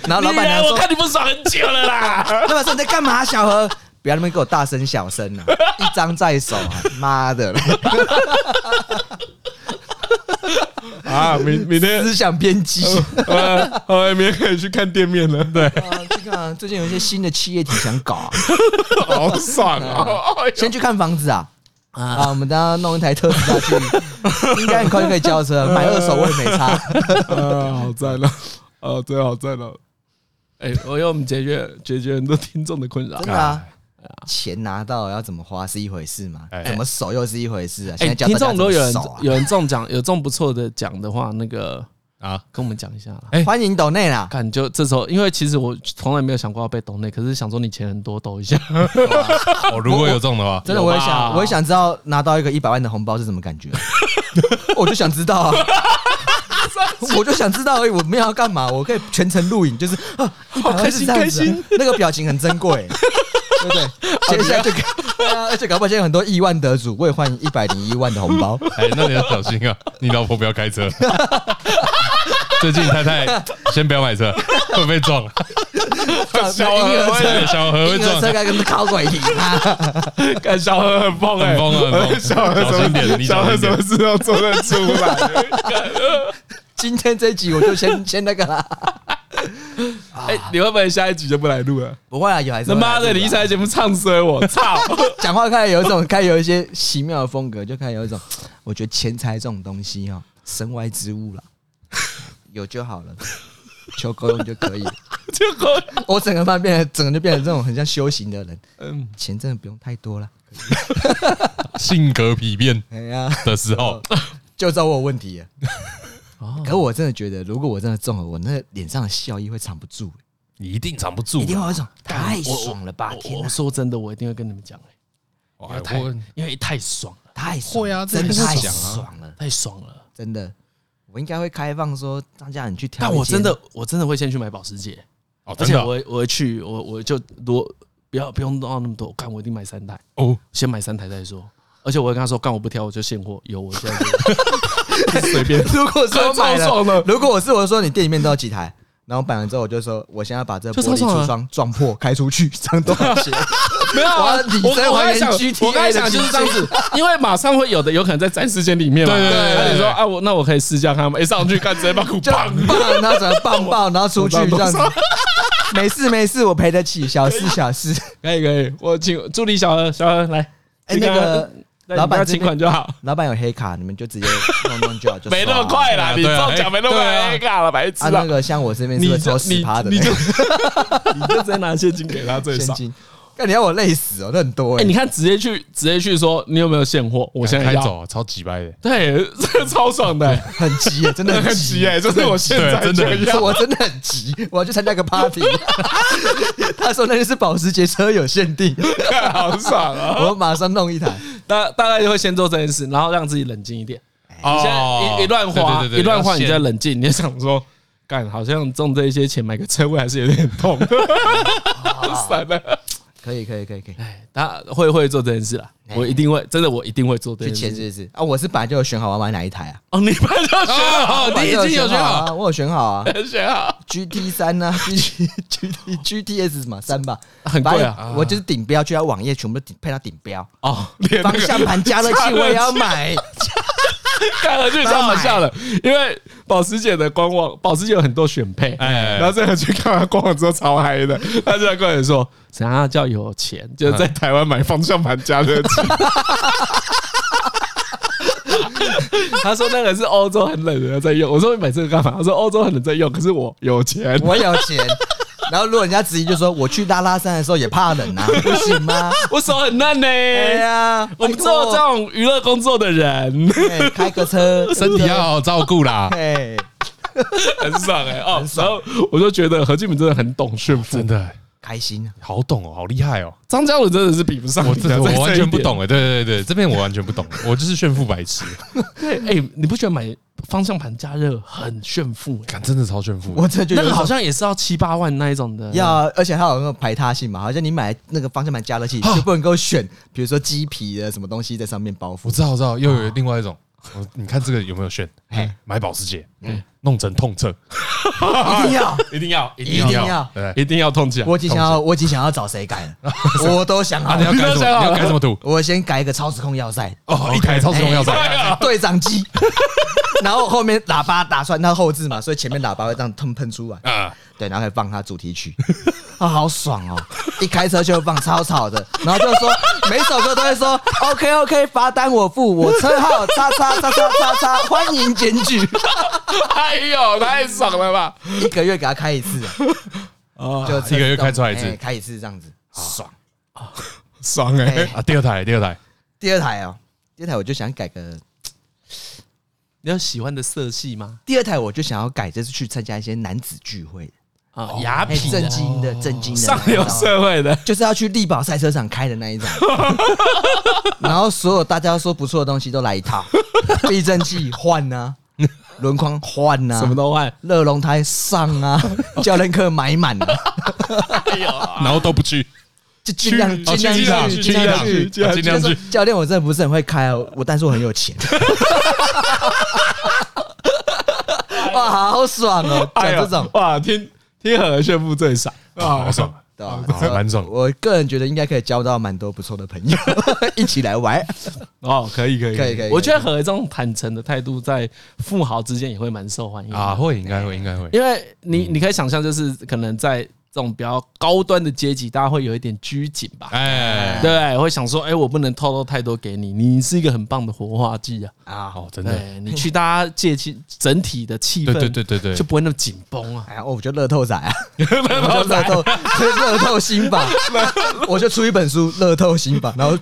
Speaker 3: 然后老板娘
Speaker 4: 你来我
Speaker 3: 说
Speaker 4: 看你不爽很久了：“ 啦。
Speaker 3: 老板说你在干嘛，小何？不要那边给我大声小声啊！一张在手啊，妈的，
Speaker 4: 啊，明明天
Speaker 3: 思想偏激。
Speaker 4: 呃，好，明天可以去看店面了，对，
Speaker 3: 啊这个啊最近有一些新的企业体想搞啊，
Speaker 4: 好爽啊！哎呦
Speaker 3: 先去看房子啊。”啊，我们等下弄一台特斯拉去，应该很快就可以交车，买二手我也没差。
Speaker 1: 哎
Speaker 4: 呃，好赞啊！哦，对，好赞啊！哎，我要我们解决解决很多听众的困扰
Speaker 3: 真。的啊，钱拿到要怎么花是一回事嘛
Speaker 2: 哎，
Speaker 3: 怎么守又是一回事啊。现
Speaker 1: 哎，
Speaker 3: 在教
Speaker 1: 听
Speaker 3: 大家
Speaker 1: 众
Speaker 3: 怎
Speaker 1: 如果
Speaker 3: 么
Speaker 1: 有人
Speaker 3: 守啊，
Speaker 1: 有人中奖，有中不错的奖的话，那个
Speaker 2: 啊，
Speaker 1: 跟我们讲一下啦。
Speaker 2: 哎
Speaker 3: 欢迎抖内啦，
Speaker 1: 感就这时候，因为其实我从来没有想过要被抖内，可是想说你钱很多，抖一下。
Speaker 2: 哦，如果有中的话，
Speaker 3: 真的，
Speaker 1: 有
Speaker 3: 我也
Speaker 1: 吧
Speaker 3: 想，我也想知道拿到一个一百万的红包是什么感觉， 我就想知道 啊。我就想知道而已，我没有要干嘛，我可以全程录影，就是啊，好
Speaker 4: 开心开心，
Speaker 3: 那个表情很珍贵，对 不对？接下来就给，对啊而且搞不好现在有很多亿万得主，我也欢迎一百零一万的红包。
Speaker 2: 哎，那你要小心啊，你老婆不要开车。 最近太太先不要买车，会被撞。
Speaker 4: 小
Speaker 3: 婴
Speaker 4: 额
Speaker 3: 儿
Speaker 2: 对
Speaker 3: 车，
Speaker 2: 小何会
Speaker 3: 婴儿
Speaker 2: 撞
Speaker 3: 车，该跟靠鬼一样，
Speaker 4: 看小何很疯哎、
Speaker 2: 很疯欸很疯
Speaker 4: 小何
Speaker 2: 小
Speaker 4: 什
Speaker 2: 心点
Speaker 4: 么
Speaker 2: 你
Speaker 4: 小
Speaker 2: 小
Speaker 4: 何
Speaker 2: 心
Speaker 4: 什
Speaker 2: 点
Speaker 4: 么事都做得出来。
Speaker 3: 今天这一集我就先先那个啦，
Speaker 4: 哎、你会不会下一集就不来录了？
Speaker 3: 不会啊，有还是
Speaker 4: 他
Speaker 3: 会
Speaker 4: 妈
Speaker 3: 来
Speaker 4: 的，
Speaker 3: 录
Speaker 4: 你
Speaker 3: 啊
Speaker 4: 一上来节目唱衰 我，操！
Speaker 3: 讲话开始有一种，开始有一些奇妙的风格，就开始有一种， 我觉得钱财这种东西哦，身外之物 啦，有就好了，求够用就可 以了。
Speaker 4: 结果
Speaker 3: 我整个慢变得，整个就变成这种很像修行的人，
Speaker 4: 嗯，
Speaker 3: 钱真的不用太多了。
Speaker 2: 性格疲变
Speaker 3: 哎呀，
Speaker 2: 的时候，
Speaker 3: 就找我有问题了。
Speaker 2: 哦
Speaker 3: 可我真的觉得，如果我真的中了，我那脸上的笑意会藏不住，
Speaker 2: 你一定藏不住
Speaker 3: 一定会
Speaker 2: 啊。
Speaker 3: 有一种太爽了吧！天
Speaker 1: 我
Speaker 3: 哪
Speaker 1: 我，说真的，我一定会跟你们讲、欸，因
Speaker 2: 哇
Speaker 1: 为太
Speaker 2: 我哦
Speaker 1: 因为太爽了，
Speaker 3: 太爽
Speaker 2: 会啊这
Speaker 3: 真的
Speaker 2: 一定
Speaker 3: 太
Speaker 2: 会讲啊
Speaker 3: 爽了，
Speaker 1: 太爽了。
Speaker 3: 真的。我应该会开放说，大家你去挑一
Speaker 1: 但
Speaker 3: 间。
Speaker 1: 我真的我真的会先去买保时捷，
Speaker 2: 哦，
Speaker 1: 而
Speaker 2: 真
Speaker 1: 且
Speaker 2: 的
Speaker 1: 我会我会去我我就多不要不用弄到那么多，干我一定买三台，
Speaker 2: 哦，
Speaker 1: 先买三台再说。而且我会跟他说，干我不挑，我就现货，有我现在就有。
Speaker 4: 随便。
Speaker 3: 如果说买
Speaker 4: 超爽的
Speaker 3: 了，如果我是我说你店里面都有几台，然后买完之后我就说，我现在把这玻璃橱窗撞破，开出去， 这样多少钱？
Speaker 4: 没有啊，
Speaker 3: 我要拟
Speaker 4: 我
Speaker 3: 真
Speaker 4: 我刚
Speaker 3: 还
Speaker 4: 才
Speaker 3: 原
Speaker 4: 想，
Speaker 3: GTA
Speaker 4: 我刚才想就是这样子，因为马上会有的，有可能在暂时间里面嘛。
Speaker 2: 对对对对
Speaker 4: 那你
Speaker 2: 对
Speaker 4: 说啊，我那我可以试驾看吗？一上去看直接把鼓
Speaker 3: 就
Speaker 4: 棒
Speaker 3: 很棒，然后整个棒棒，然后出去这样子。没事没事，我赔得起，小事小事。
Speaker 4: 可以可以，我请助理小何，小何来，你
Speaker 3: 哎，那
Speaker 4: 看
Speaker 3: 个
Speaker 4: 那
Speaker 3: 老
Speaker 4: 你不要
Speaker 3: 板这
Speaker 4: 请
Speaker 3: 边
Speaker 4: 款就好，
Speaker 3: 老板有黑卡，你们就直接弄弄就好，就
Speaker 4: 没那么
Speaker 3: 刷啊。
Speaker 4: 快啦，你
Speaker 2: 对啊
Speaker 4: 中奖没那么
Speaker 2: 对
Speaker 4: 快，
Speaker 2: 啊
Speaker 4: 尬了，白痴
Speaker 3: 啊，
Speaker 4: 啊
Speaker 3: 那！个像我这边是
Speaker 4: 你
Speaker 3: 会
Speaker 4: 就
Speaker 3: 抽
Speaker 4: 你
Speaker 3: 十趴的
Speaker 4: 你就 你就直接拿现金给他最
Speaker 3: 现
Speaker 4: 少。
Speaker 3: 金。那你要我累死哦，那很多
Speaker 1: 哎、
Speaker 3: 哎
Speaker 1: 你。看直接去直接去说你有没有现货，我
Speaker 2: 我
Speaker 1: 现在
Speaker 2: 开
Speaker 1: 要。
Speaker 2: 走，超级掰的。
Speaker 4: 对， 这个超爽的、欸，
Speaker 3: 很急耶，真的
Speaker 4: 很
Speaker 3: 很
Speaker 4: 急
Speaker 3: 急
Speaker 4: 哎、就是我现在就
Speaker 2: 对真的很
Speaker 4: 要。
Speaker 3: 我真的很急，我要去参加个 party。他说那就是保时捷车友限定，
Speaker 4: 看好爽 啊！
Speaker 3: 我马上弄一台。
Speaker 1: 大大概就会先做这件事，然后让自己冷静一点。
Speaker 4: 哦
Speaker 1: 你现在一一乱花，
Speaker 2: 哦对对对对
Speaker 1: 一乱花，你
Speaker 2: 要
Speaker 1: 再
Speaker 2: 先
Speaker 1: 冷静，你就想说，干，好像中这一些钱买个车位还是有点 痛。
Speaker 4: 算了，
Speaker 3: 可以可以可以可以，
Speaker 1: 哎，他会会做这件事啦，我一定会，真的我一定会做这
Speaker 3: 哎去
Speaker 1: 件
Speaker 3: 签
Speaker 1: 事。
Speaker 3: 是不是？啊，我是本来就有选好我要买哪一台啊，
Speaker 1: 哦，你把它选好，
Speaker 2: 哦，你已经有选好，
Speaker 3: 啊，我有选好啊
Speaker 4: 选好，
Speaker 3: ，GT 三啊呢，GT GT GTS 嘛三吧，
Speaker 1: 很贵啊
Speaker 3: 反正我就是顶标，就要网页全部都顶配到顶标，
Speaker 1: 哦，
Speaker 4: 连那
Speaker 3: 方
Speaker 4: 个
Speaker 3: 向盘加热器我也 要买，
Speaker 4: 看了去超好笑的，因为保时捷的官网，保时捷有很多选配，
Speaker 2: 哎
Speaker 4: 然后这个去看完官网之后超嗨的，他就在跟人说，
Speaker 1: 怎样叫有钱？
Speaker 4: 就是
Speaker 3: 嗯
Speaker 4: 在台湾买方向盘加 热器，他说那个是欧洲很冷的人在用，我说你买这个干嘛？他说欧洲很冷在用，可是我有钱，
Speaker 3: 我有钱。 然后如果人家质疑，就说我去拉拉山的时候也怕冷啊，不行吗？
Speaker 1: 我手很烂呢、
Speaker 3: 对哎呀，
Speaker 1: 哎我们做这种娱乐工作的人
Speaker 3: 哎开个车，
Speaker 2: 身体要好好照顾啦。
Speaker 3: 哎，
Speaker 1: 很爽哎、哦，然后我就觉得何敬明真的很懂炫富
Speaker 2: 真，的
Speaker 3: 开心啊，
Speaker 2: 好懂哦，好厉害哦！
Speaker 1: 张嘉伦真的是比不上
Speaker 2: 我
Speaker 1: 你
Speaker 2: 这
Speaker 1: 啊
Speaker 2: 我
Speaker 1: 在这
Speaker 2: 完
Speaker 1: 一
Speaker 2: 全不
Speaker 1: 点
Speaker 2: 懂哎，对对对，这边我完全不懂，我就是炫富白 痴，
Speaker 1: 对，哎、你不觉得买方向盘加热很炫富、欸？
Speaker 2: 感真的超炫富的。
Speaker 3: 我真的觉
Speaker 1: 那
Speaker 3: 得
Speaker 1: 个好像也是要七八万那一种的。
Speaker 3: 要啊，而且它有那种排他性嘛，好像你买那个方向盘加热器就不能够选，比如说鸡皮的什么东西在上面包
Speaker 2: 我
Speaker 3: 覆，
Speaker 2: 知道，我知道，又有另外一种。我哦你看这个有没有炫？买保时捷，弄成痛车，
Speaker 3: 一定要，
Speaker 1: 一定要，一
Speaker 3: 一定要。
Speaker 2: 对不对？
Speaker 1: 一定要痛起来。
Speaker 3: 我已经想要，我已经想要找谁改了，我都想好
Speaker 2: 啊，你要
Speaker 3: 了，
Speaker 2: 改什么？你要改什么图？
Speaker 3: 我先改一个超时空要塞，
Speaker 2: 哦，一台
Speaker 4: 哎
Speaker 2: 超时空要塞，
Speaker 4: 啊
Speaker 3: 对讲机， 然后后面喇叭打穿它后置嘛，所以前面喇叭会这样喷喷出来，
Speaker 2: 啊，
Speaker 3: 对，然后还放它主题曲， 啊，好爽哦！一开车就放超吵的，然后就说每首歌都会说 OK OK，罚单我付，我车号叉叉叉叉叉叉，欢迎检举，
Speaker 4: 哎呦，太爽了吧！
Speaker 3: 一个月给他开一次，
Speaker 1: 啊
Speaker 3: 就车
Speaker 2: 哦一个月开出来一次
Speaker 3: 哎开一次这样子，爽。
Speaker 4: 爽哎、
Speaker 3: 哎
Speaker 2: 啊，第二台，第二台，
Speaker 3: 第二台哦，第二台我就想改个，
Speaker 1: 你有喜欢的色系吗？
Speaker 3: 第二台我就想要改，就是去参加一些男子聚会的，
Speaker 1: 啊，雅
Speaker 3: 哎，
Speaker 1: 痞
Speaker 3: 正
Speaker 1: 的、
Speaker 3: 经的，正经 的
Speaker 1: 上流社会的，
Speaker 3: 就是要去力宝赛车场开的那一种，然后所有大家说不错的东西都来一套，避震器换啊，轮框换
Speaker 1: 什么
Speaker 3: 啊，
Speaker 1: 都换。
Speaker 3: 热熔胎上啊，教练课买满了，
Speaker 2: 然后都不去，
Speaker 3: 就尽量
Speaker 2: 哦
Speaker 3: 尽
Speaker 2: 一
Speaker 3: 量
Speaker 2: 趟，
Speaker 3: 去，
Speaker 2: 去一趟，
Speaker 3: 去。
Speaker 2: 啊尽量去。
Speaker 3: 教练，我真的不是很会开啊，我但是我很有钱。哇，好爽 哦！讲
Speaker 4: 哎呦
Speaker 3: 这种，
Speaker 4: 哇，听听何炫富最爽啊
Speaker 2: 好！哦爽，
Speaker 3: 对吧
Speaker 2: 好蛮爽
Speaker 3: 我个人觉得应该可以交到蛮多不错的 朋友，一起来玩。
Speaker 4: 哦，可以可以
Speaker 3: 可以可以，
Speaker 1: 我觉得何这种坦诚的态度，在富豪之间也会蛮受欢迎
Speaker 2: 啊，
Speaker 1: 啊。
Speaker 2: 会，应该会，应该会。
Speaker 1: 因为你你可以想象，就是可能在这种比较高端的阶级，大家会有一点拘谨吧。
Speaker 2: 哎，
Speaker 1: 对不对，会想说，哎、我不能透露太多给你，你是一个很棒的活化剂啊。
Speaker 3: 啊，
Speaker 2: 哦，真的，
Speaker 1: 对你去，大家借气，整体的气氛，
Speaker 2: 对对对对对
Speaker 1: 就不会那么紧绷啊。
Speaker 3: 哎呀，我就乐透 仔啊，我就乐透，乐透新吧，我就出一本书《乐透新吧》，然后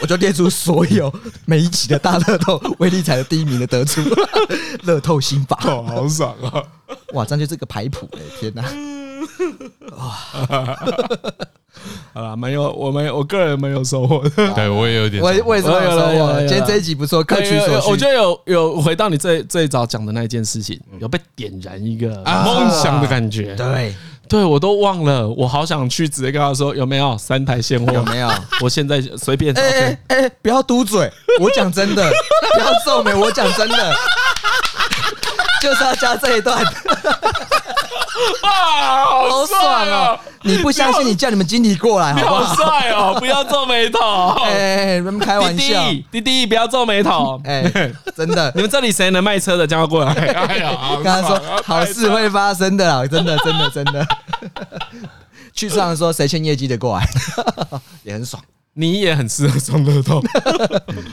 Speaker 3: 我就列出所有每一期的大乐透威力彩的第一名的得主， 乐透新吧，
Speaker 4: 哦，好爽哦！
Speaker 3: 哇，这样就是个牌谱哎、天哪、
Speaker 1: 嗯
Speaker 4: 好了，没有，我没，我个人没有收获的。
Speaker 2: 对我也有点，
Speaker 3: 我我也是
Speaker 1: 有
Speaker 3: 有
Speaker 1: 了
Speaker 3: 收
Speaker 1: 有了
Speaker 3: 获
Speaker 1: 有了
Speaker 3: 了，今天这一集不错，各取所
Speaker 1: 有有
Speaker 3: 需。
Speaker 1: 我觉得有有回到你最最早讲的那一件事情，有被点燃一个梦想的感觉。
Speaker 3: 对，
Speaker 1: 对，我都忘了，我好想去直接跟他说有没有三台现货？
Speaker 3: 有没有？
Speaker 1: 我现在随便找。
Speaker 3: 哎哎哎，不要嘟嘴， 我讲真的，不要皱眉，我讲真的，就是要加这一段。
Speaker 1: 哇，
Speaker 3: 好爽哦！你不相信，你叫你们经理过来好不好？
Speaker 1: 好帅哦！不要皱眉头，
Speaker 3: 哎，你们开玩
Speaker 1: 弟
Speaker 3: 笑，
Speaker 1: 弟弟弟，不要皱眉头。
Speaker 3: 哎，真 的
Speaker 1: 你，们这里谁能卖车的，叫他过 来。
Speaker 4: 哎呀，好
Speaker 3: 刚刚
Speaker 4: 爽
Speaker 3: 说
Speaker 4: 啊
Speaker 3: 好事会发生的啦，真的，真的，真的。 去上说谁欠业绩的过来， 也很爽，
Speaker 1: 你也很适合中乐透，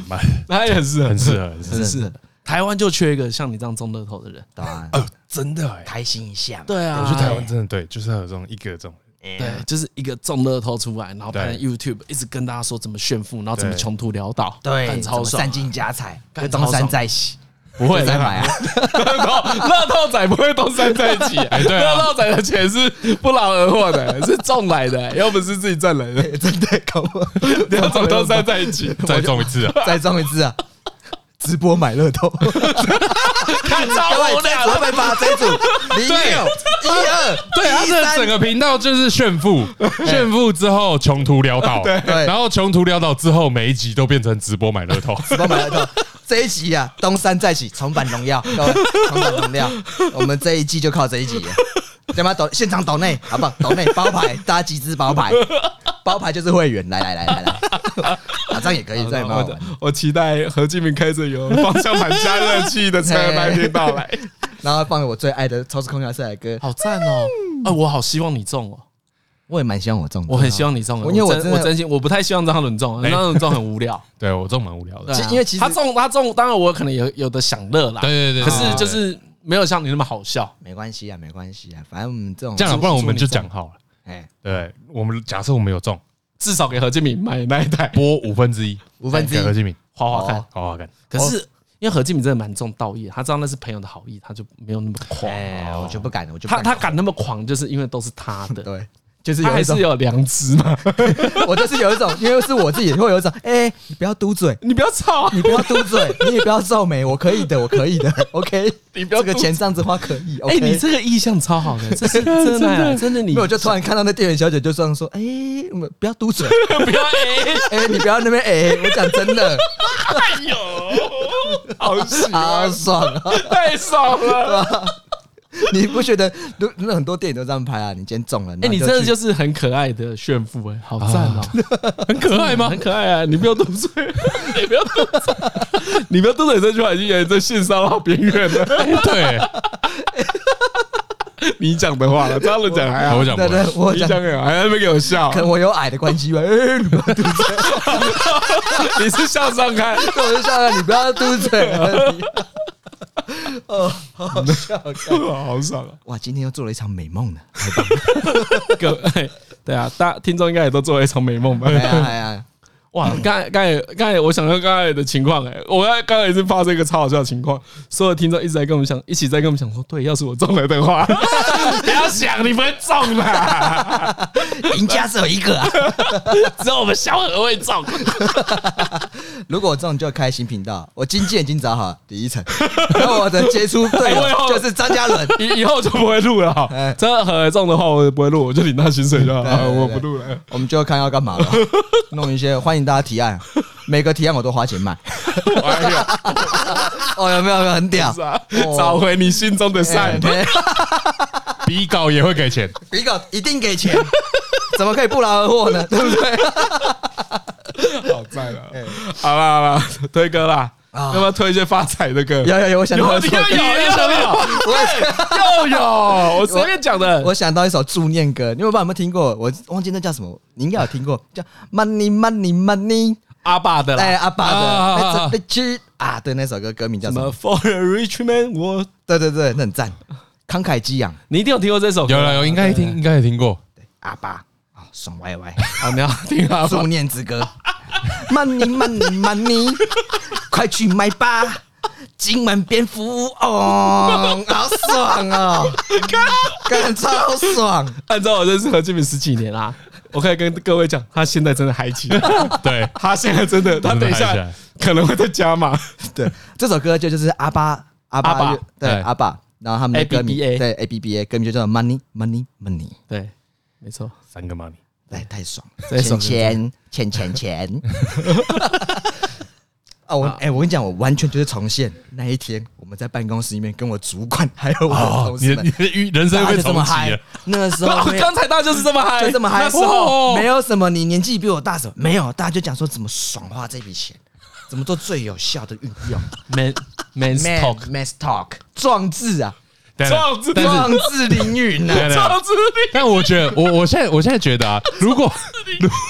Speaker 2: 蛮
Speaker 1: 他也很适合，
Speaker 2: 很适合，很适
Speaker 3: 真
Speaker 2: 合
Speaker 1: 很
Speaker 3: 的
Speaker 1: 适合。台湾就缺一个像你这样中乐透的人。
Speaker 3: 对吧？
Speaker 2: 哦，真的
Speaker 4: 欸
Speaker 2: 哎，
Speaker 3: 开心一下嘛，
Speaker 1: 对啊，
Speaker 2: 我去台湾真的对，就是有这种一个这种，
Speaker 1: 对，就是一个中乐透出来，然后拍成 YouTube，一直跟大家说怎么炫富，然后怎么
Speaker 2: 对
Speaker 1: 穷途潦倒，
Speaker 3: 对，
Speaker 1: 很超
Speaker 3: 怎么
Speaker 1: 爽
Speaker 3: 散。尽家财，
Speaker 1: 干
Speaker 3: 跟
Speaker 1: 超爽
Speaker 3: 东山再起，
Speaker 1: 不会
Speaker 3: 就再买啊，
Speaker 1: 乐透， 乐透仔不会东山再起，
Speaker 2: 哎对啊
Speaker 1: 乐透仔的钱是不劳而获的，是中来的，又不是自己赚来的。
Speaker 3: 真的搞不好，
Speaker 1: 你要从东山再 起，
Speaker 2: 再中一次啊，
Speaker 3: 再中一次啊！直播买乐透，
Speaker 1: 看超
Speaker 3: 各位
Speaker 1: 无聊
Speaker 3: 我
Speaker 1: 的。
Speaker 3: 们把这一组零六一二
Speaker 2: 对，他
Speaker 3: 一
Speaker 2: 的
Speaker 3: 三
Speaker 2: 整个频道就是炫富，炫富之后穷途潦倒，对
Speaker 3: 对
Speaker 2: 然后穷途潦倒之后，每一集都变成直播买乐透，
Speaker 3: 直播买乐透。这一集啊，东山再起，重返荣耀，各位重返荣耀。我们这一季就靠这一集了，对吗？抖现场抖内，好不好？抖内包牌，大家集资包牌，包牌就是会员。来来来来来，啊，这样也可以，这样也蛮好玩的。
Speaker 4: 我期待何敬明开着有方向盘加热器 的车来天到来。
Speaker 3: 然后放了我最爱的超市空调赛的歌，
Speaker 1: 好赞哦！
Speaker 3: 嗯
Speaker 1: 哎，我好希望你中哦，
Speaker 3: 我也蛮希望我中的，
Speaker 1: 我很希望你中，
Speaker 3: 我因为我
Speaker 1: 真
Speaker 3: 真的
Speaker 1: 我真心我不太希望张翰伦中，
Speaker 3: 哎
Speaker 1: 张翰伦中很无聊。
Speaker 2: 对我这种蛮无聊的
Speaker 1: 对，啊
Speaker 3: 其因为其实
Speaker 1: 他中他中，当然我可能有有的享乐啦，
Speaker 2: 对对对对
Speaker 1: 可是就是没有像你那么好笑。
Speaker 3: 没关系啊，没关系啊，反正我们这种
Speaker 4: 这样啊，不然我们就讲好了。
Speaker 3: 哎
Speaker 4: 对，我们假设我们有中，
Speaker 1: 至少给何建敏买那一
Speaker 3: 哦
Speaker 1: 台
Speaker 4: 拨五分之一，
Speaker 3: 五分之一
Speaker 4: 给何敬明，
Speaker 1: 花花看。
Speaker 3: 哦
Speaker 4: 好好看。
Speaker 1: 可是因为何建敏真的蛮重道义的，他知道那是朋友的好意，他就没有那么狂。哦
Speaker 3: 哎，我就不敢了，我就不
Speaker 1: 他他
Speaker 3: 了
Speaker 1: 敢那么狂，就是因为都是他的，
Speaker 3: 对，就是
Speaker 1: 他
Speaker 3: 有
Speaker 1: 还
Speaker 3: 一种
Speaker 1: 是，有良知嘛。
Speaker 3: 我就是有一种，因为是我自己会有一种，哎，你不要 嘟嘴，
Speaker 1: 你不要吵，啊
Speaker 3: 你不要嘟嘴，你也不要皱眉，我可以的，我可以的，OK，
Speaker 4: 你不要
Speaker 3: 这个钱这样子花可以
Speaker 1: 哎、
Speaker 3: ，OK，
Speaker 1: 你这个意向超好的，这是真 的啊，真的你
Speaker 3: 没有，我就突然看到那店员小姐就这样说：“哎、我们不要嘟嘴，
Speaker 1: 不要哎、
Speaker 3: 哎、你不要那边哎、我讲真的，
Speaker 4: 哎呦，好喜
Speaker 3: 好爽啊！
Speaker 4: 太爽了！
Speaker 3: 你不觉得？如那很多电影都这样拍啊，你今天中了，哎
Speaker 1: 哎、你真的就是是很可爱的炫富哎、好赞哦、
Speaker 4: 很可爱吗
Speaker 1: 很？可爱啊！你不要嘟嘴，你不要嘟嘴，你不要嘟嘴这句话已经有点在性骚扰边缘了。
Speaker 4: 对，
Speaker 1: 你讲的话了，他们讲还好，
Speaker 4: 我讲
Speaker 3: 对
Speaker 4: 不
Speaker 3: 对
Speaker 4: 会，
Speaker 3: 我
Speaker 1: 你
Speaker 3: 讲
Speaker 1: 讲，的还在那边给我笑
Speaker 3: 可，能我有矮的关系
Speaker 1: 哦
Speaker 3: 吧。哎、你不要嘟嘴，
Speaker 1: 你是向上看，
Speaker 3: 我就笑了，啊你不要嘟 嘴啊。你哦，好好笑！看
Speaker 4: 好爽啊！
Speaker 3: 哇，今天又做了一场美梦呢。
Speaker 1: 各位对啊，大家听众应该也都做了一场美梦吧
Speaker 3: 哎？呀哎呀，
Speaker 1: 哇，刚才刚才刚才我想到刚才的情况哎、我刚才刚才也是发生一个超好笑的情况，所有听众一直在跟我们讲，一起在跟我们讲说，对，要是我中了的话，
Speaker 4: 不要想你们中了，
Speaker 3: 赢家只有一个啊！
Speaker 4: 只有我们小何会中。
Speaker 3: 如果我中就开新频道，我经纪人已经找好了第一层，然后我的接触队
Speaker 1: 哎
Speaker 3: 友
Speaker 1: 呦
Speaker 3: 就是张嘉伦。
Speaker 1: 以以后就不会录了哈
Speaker 3: 哎。
Speaker 1: 真的很中的话，我也不会录，我就领他薪水就好，
Speaker 3: 对对
Speaker 1: 啊
Speaker 3: 对
Speaker 1: 我不录了。
Speaker 3: 我们就看要干嘛了，弄一些欢迎大家提案，每个提案我都花钱买。
Speaker 4: 哎呦，
Speaker 3: 哦，有没有？有没有 很屌
Speaker 1: 是？啊
Speaker 3: 哦，
Speaker 1: 找回你心中的
Speaker 3: 哎
Speaker 1: 善。
Speaker 3: 对
Speaker 4: 比稿也会给钱，
Speaker 3: 比狗一定给钱， 怎么可以不劳 而获呢？对不对？
Speaker 1: 好啊在了，好啦好啦，推歌啦，
Speaker 3: 啊
Speaker 1: 要不要推一些发财的歌？
Speaker 3: 有有有，我想
Speaker 1: 有
Speaker 3: 到
Speaker 1: 又
Speaker 3: 一首，
Speaker 1: 有哎又有又
Speaker 3: 我
Speaker 1: 有，我随便讲的。
Speaker 3: 我想到一首助念歌，你有没有听过？我忘记那叫什么，你应该有听 过，叫 Money Money Money，
Speaker 1: 阿爸的
Speaker 3: 哎，
Speaker 1: 啦，
Speaker 3: 阿爸
Speaker 1: 啊
Speaker 3: 的
Speaker 1: 啊啊
Speaker 3: Let's b i 啊，对，那首歌歌名叫
Speaker 1: 什
Speaker 3: 什
Speaker 1: 么
Speaker 3: 么？
Speaker 1: For a Rich Man，我
Speaker 3: 对对对，那很赞，慷慨激昂，
Speaker 1: 你一定有听过这首歌
Speaker 2: 有
Speaker 1: 吧，
Speaker 2: 了有，应该听，应该也听过。
Speaker 3: 对，阿爸啊，爽歪歪。
Speaker 1: 啊，你要听 啊。
Speaker 3: 助念之歌。Money money money，快去买吧！今晚蝙蝠哦，好爽哦，干超爽！
Speaker 1: 按照我认识何建明十几年啦，我可以跟各位讲，他现在真的嗨起来，
Speaker 2: 对，
Speaker 1: 他现在真的，他等一
Speaker 2: 真的嗨
Speaker 1: 下
Speaker 2: 起来
Speaker 1: 可能会再加码。
Speaker 3: 对，这首歌就就是阿巴阿
Speaker 1: 阿
Speaker 3: 巴
Speaker 1: 爸
Speaker 3: 乐对
Speaker 2: 对
Speaker 3: 阿爸，然后他们的歌名
Speaker 1: ABBA
Speaker 3: 对 A B B A 歌名就叫 Money money money，
Speaker 1: 对，没错。
Speaker 4: 三个 money，
Speaker 3: 对，太爽了！
Speaker 1: 这首
Speaker 3: 钱
Speaker 1: 歌
Speaker 3: 钱钱钱钱！ 啊，我哎、我跟你讲，我完全就是重现那一天，我们在办公室里面跟我主管还有我的
Speaker 2: 哦
Speaker 3: 同，
Speaker 2: 你
Speaker 3: 事
Speaker 2: 的
Speaker 3: 们
Speaker 2: 你，的欲人生
Speaker 3: 大家
Speaker 2: 被
Speaker 3: 就这
Speaker 2: 重
Speaker 3: 么
Speaker 2: 启
Speaker 3: 嗨
Speaker 2: 了，，
Speaker 3: 那个时
Speaker 1: 哦
Speaker 3: 候没有
Speaker 1: 刚才大家就是这么嗨，
Speaker 3: 就这么嗨，哦
Speaker 1: 那时候
Speaker 3: 没有什么你年纪比我大什么，没有，大家就讲说怎么爽化这笔钱，怎么做最有效的运用
Speaker 1: man man
Speaker 3: ，man
Speaker 1: talk
Speaker 3: mass talk，壮志啊，
Speaker 2: 对了
Speaker 1: 壮志
Speaker 2: 但是
Speaker 3: 壮志凌 云
Speaker 2: 对
Speaker 3: 啊，
Speaker 2: 了
Speaker 1: 壮志力，
Speaker 2: 但我觉得，我我现在我现在觉得啊，如果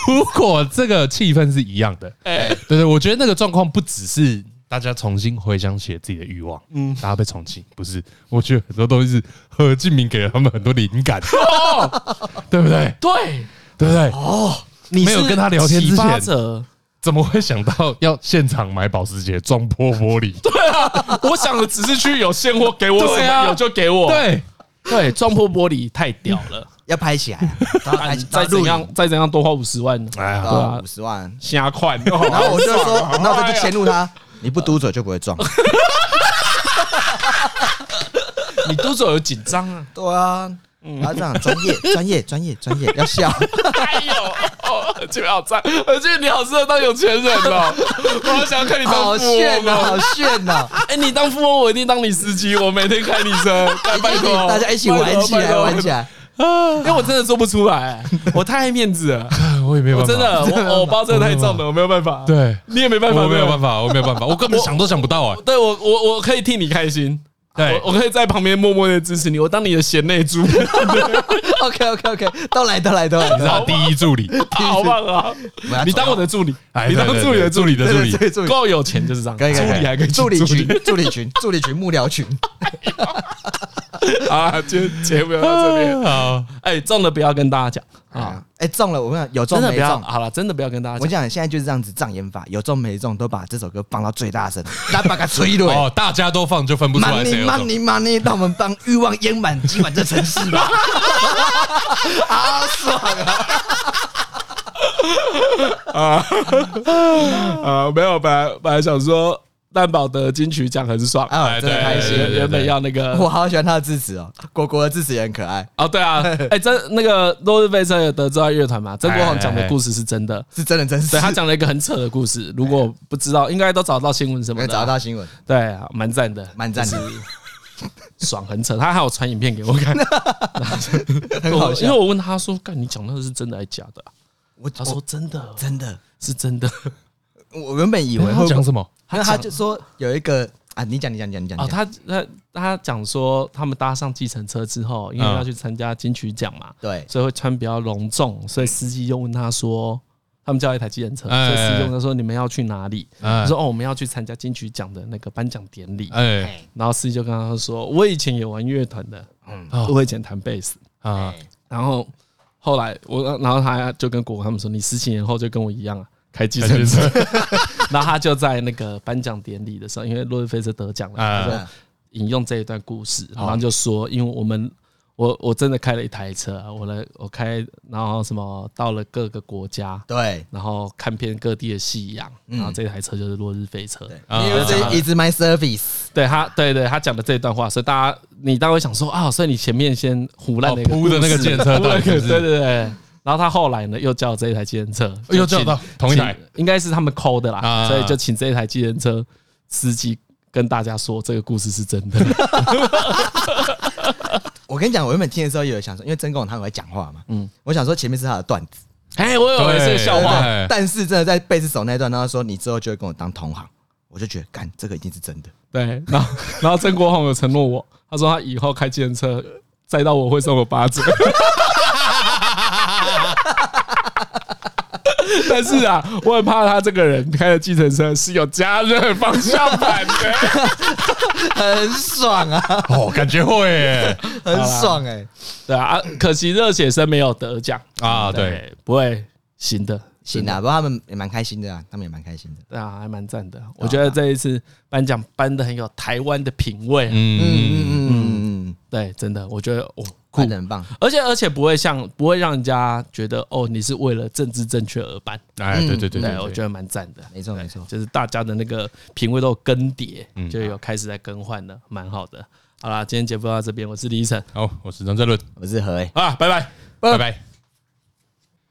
Speaker 2: 如果这个气氛是一样的，
Speaker 1: 哎，
Speaker 2: 对对，我觉得那个状况不只是大家重新回想起自己的欲望，嗯，大家被重启，不是？我觉得很多东西是何敬明给了他们很多灵 感，
Speaker 1: 哦
Speaker 2: 对不对？
Speaker 1: 对，
Speaker 2: 对不对？
Speaker 1: 你
Speaker 2: 没有
Speaker 1: 是
Speaker 2: 跟他聊天之
Speaker 1: 启发
Speaker 2: 前
Speaker 1: 者
Speaker 2: 怎么会想到要现场买保时捷撞破玻璃？
Speaker 1: 我想的只是去有 现货给我什
Speaker 2: 对啊
Speaker 1: 么有就给我，
Speaker 2: 对，
Speaker 1: 对，撞破玻璃太屌 了，
Speaker 3: 要拍起来啊，然后拍起
Speaker 1: 哎再
Speaker 3: 来
Speaker 1: 怎样再怎样多花五十万呢？
Speaker 2: 哎呀，
Speaker 1: 啊
Speaker 3: 到五十万，
Speaker 1: 瞎款，哦
Speaker 3: 然后我就说，
Speaker 1: 啊
Speaker 3: 然后我就迁 怒他，你不嘟嘴就不会撞，
Speaker 1: 你多少有紧张啊？
Speaker 3: 对啊。然后这样专业专业专业专业 要笑，
Speaker 1: 哎呦，哦，这边好赞，而且你好适合当有钱人哦，我好想看你
Speaker 3: 好
Speaker 1: 当富
Speaker 3: 炫
Speaker 1: 翁
Speaker 3: 啊呐，
Speaker 1: 哦。
Speaker 3: 好炫呐！
Speaker 1: 哎，你当富翁，我一定当你司机，我每天开你车，拜拜托，
Speaker 3: 大家一起
Speaker 1: 拜
Speaker 3: 玩
Speaker 1: 托
Speaker 3: 起来，玩起。来！
Speaker 1: 拜托因为我真的做不出来，我太爱面子了，
Speaker 2: 哎我也没有
Speaker 1: 我
Speaker 2: 办法，
Speaker 1: 哦真的，我我包真的太重了，我没有办法。，
Speaker 2: 对，
Speaker 1: 你也没办法，
Speaker 2: 我没有
Speaker 1: 对
Speaker 2: 办法，我没有办法，我根本想都想不到哎，
Speaker 1: 对我我我可以替你开心，
Speaker 2: 对
Speaker 1: 我我可以在旁边默默的支持你，我当你的贤内助，
Speaker 3: OK OK OK，都来都来都来，
Speaker 2: 你知道第一助理，
Speaker 1: 好棒啊！你当我的助理，
Speaker 2: 哎
Speaker 1: 你当
Speaker 2: 对对
Speaker 1: 助理
Speaker 2: 对
Speaker 1: 的助理
Speaker 2: 助理的助理
Speaker 3: 对对助理
Speaker 1: 够有钱就是这样，助
Speaker 3: 可以可以
Speaker 1: 理还可以去
Speaker 3: 助理
Speaker 1: 助
Speaker 3: 群、 助理群、助理群、幕僚群，
Speaker 1: 啊，就节目要到这边。
Speaker 2: 好，
Speaker 1: 哎，中了不要跟大家讲 啊
Speaker 3: 啊，，哎，中了，我跟你讲，有
Speaker 1: 真
Speaker 3: 中
Speaker 1: 的
Speaker 3: 没
Speaker 1: 不要啊
Speaker 3: 中。
Speaker 1: 好了，真的不要跟大
Speaker 3: 我
Speaker 1: 家
Speaker 3: 跟你
Speaker 1: 讲。
Speaker 3: 讲现在就是这样子障眼法，有中没中都把这首歌放到最 大声，来把它吹落。
Speaker 2: 哦，大家都放就分不出来
Speaker 3: money
Speaker 2: 谁有中。
Speaker 3: money money，让我们帮欲望淹满今晚这城市 吧，好爽啊！
Speaker 1: 啊，没有，本来本来想说蛋堡得金曲奖很爽，
Speaker 3: 啊，真的开
Speaker 2: 对对
Speaker 3: 心
Speaker 2: 对。
Speaker 1: 原本要那个
Speaker 3: 我好喜欢他的智齿哦，果果的智齿也很可爱，
Speaker 1: 哦，对 啊，哎，真那个落日飞车有得知道乐团嘛？曾国
Speaker 2: 哎哎
Speaker 1: 宏讲的
Speaker 2: 哎
Speaker 1: 故事是真的，啊
Speaker 3: 是真的真实。
Speaker 1: 对他讲了一个很扯的故事，如果不知道，应该都找到新闻什
Speaker 3: 有
Speaker 1: 么
Speaker 3: 没有
Speaker 1: 的
Speaker 3: 找
Speaker 1: 啊。
Speaker 3: 到新闻？
Speaker 1: 对啊，蛮赞的，
Speaker 3: 蛮赞的，
Speaker 1: 爽很扯。他还有传影片给我看，
Speaker 3: 很
Speaker 1: 因
Speaker 3: 好
Speaker 1: 为
Speaker 3: 笑。
Speaker 1: 我问他说：“干，你讲那个是真的还是假的啊、
Speaker 3: 我
Speaker 1: 他说：“真的，哎
Speaker 3: 真的，
Speaker 1: 是真的。
Speaker 3: 我原本以为
Speaker 2: 他
Speaker 3: 会
Speaker 2: 讲什么？
Speaker 3: 因为他就说有一个啊，你讲你讲你讲你”讲
Speaker 1: 啊，他他他讲说，他们搭上计程车之后，因为
Speaker 2: 嗯
Speaker 1: 要去参加金曲奖嘛，
Speaker 3: 对
Speaker 1: 所以会穿比较隆重，所以司机又问他说：“他们叫一台计程车，
Speaker 2: 哎
Speaker 1: 所以司机又问他说你们要去哪里？”
Speaker 2: 哎
Speaker 1: 他说：“哦，我们要去参加金曲奖的那个颁奖典礼。”
Speaker 2: 哎
Speaker 1: 然后司机就跟他说：“我以前也玩乐团的，
Speaker 2: 哦
Speaker 1: 我以前弹贝斯，
Speaker 2: 啊，
Speaker 1: 然后后来我，然后他就跟果果他们说，你十七年后就跟我一样啊，开计
Speaker 2: 计
Speaker 1: 程
Speaker 2: 程
Speaker 1: 车。 然后他就在那个颁奖典礼的时候，因为洛瑞菲斯得奖了，
Speaker 2: 啊
Speaker 1: 他就引用这一段故事，然后就说，因为我们。我我真的开了一台车，啊我来我开，然后什么到了各个国家，
Speaker 3: 对，
Speaker 1: 然后看遍各地的夕阳，然后这台车就是落日飞车。
Speaker 2: 啊
Speaker 3: 因为这 is my service，
Speaker 1: 对他，对对，他讲的这段话，所以大家你当然会想说啊，所以你前面先胡乱的一个
Speaker 2: 哦铺的那个
Speaker 1: 故事
Speaker 2: 建设
Speaker 1: 铺了一
Speaker 2: 到
Speaker 1: 个
Speaker 2: 底是不是
Speaker 1: 对对对。然后他后来呢，又叫这一台计程车，
Speaker 2: 又
Speaker 1: 就
Speaker 2: 叫
Speaker 1: 请
Speaker 2: 到同一台，
Speaker 1: 请应该是他们抠的
Speaker 2: 啊
Speaker 1: 啦，所以就请这一台计程车司机跟大家说这个故事是真 的。
Speaker 3: 我跟你讲，我原本听的时候也有想说，因为曾公他很会讲话嘛，嗯，我想说前面是他的段子，
Speaker 1: 哎，我有一次笑
Speaker 2: 对
Speaker 1: 话，
Speaker 2: 哎
Speaker 3: 但是真的在贝斯手那一段，他说你之后就会跟我当同行，我就觉得干这个一定是真的，
Speaker 1: 对，然后然后曾国宏有承诺我，他说他以后开计程车载到我会送我八折。 但是啊，我很怕他这个人开的计程车是有加热方向盘的。
Speaker 3: 很爽啊，
Speaker 2: 哦，感觉会耶
Speaker 3: 很爽哎，
Speaker 1: 对啊，可惜热血生没有得奖哎
Speaker 2: 啊，对，，
Speaker 1: 不会行的，
Speaker 3: 行啊，不过他们也蛮开心的啊，他们也蛮开心的，
Speaker 1: 对啊，还蛮赞的。我觉得这一次颁奖颁的很有台湾的品味啊，
Speaker 2: 嗯，
Speaker 3: 嗯嗯嗯嗯，
Speaker 1: 对，真的，我觉得哦酷
Speaker 3: 办，的很棒，
Speaker 1: 而且而且不会像不会让人家觉得哦你是为了政治正确而办。
Speaker 2: 哎，对对对
Speaker 1: 对，我觉
Speaker 2: 得
Speaker 1: 得蛮赞的，
Speaker 3: 没错
Speaker 1: 对
Speaker 3: 没错
Speaker 1: 就是大家的那个品味都有更迭，就有开始在更换了，蛮好的。好啦，今天节目到这边，我是李晨。
Speaker 2: 好，我是张哲伦
Speaker 3: 我是何哎。
Speaker 2: 啊，拜拜，拜拜。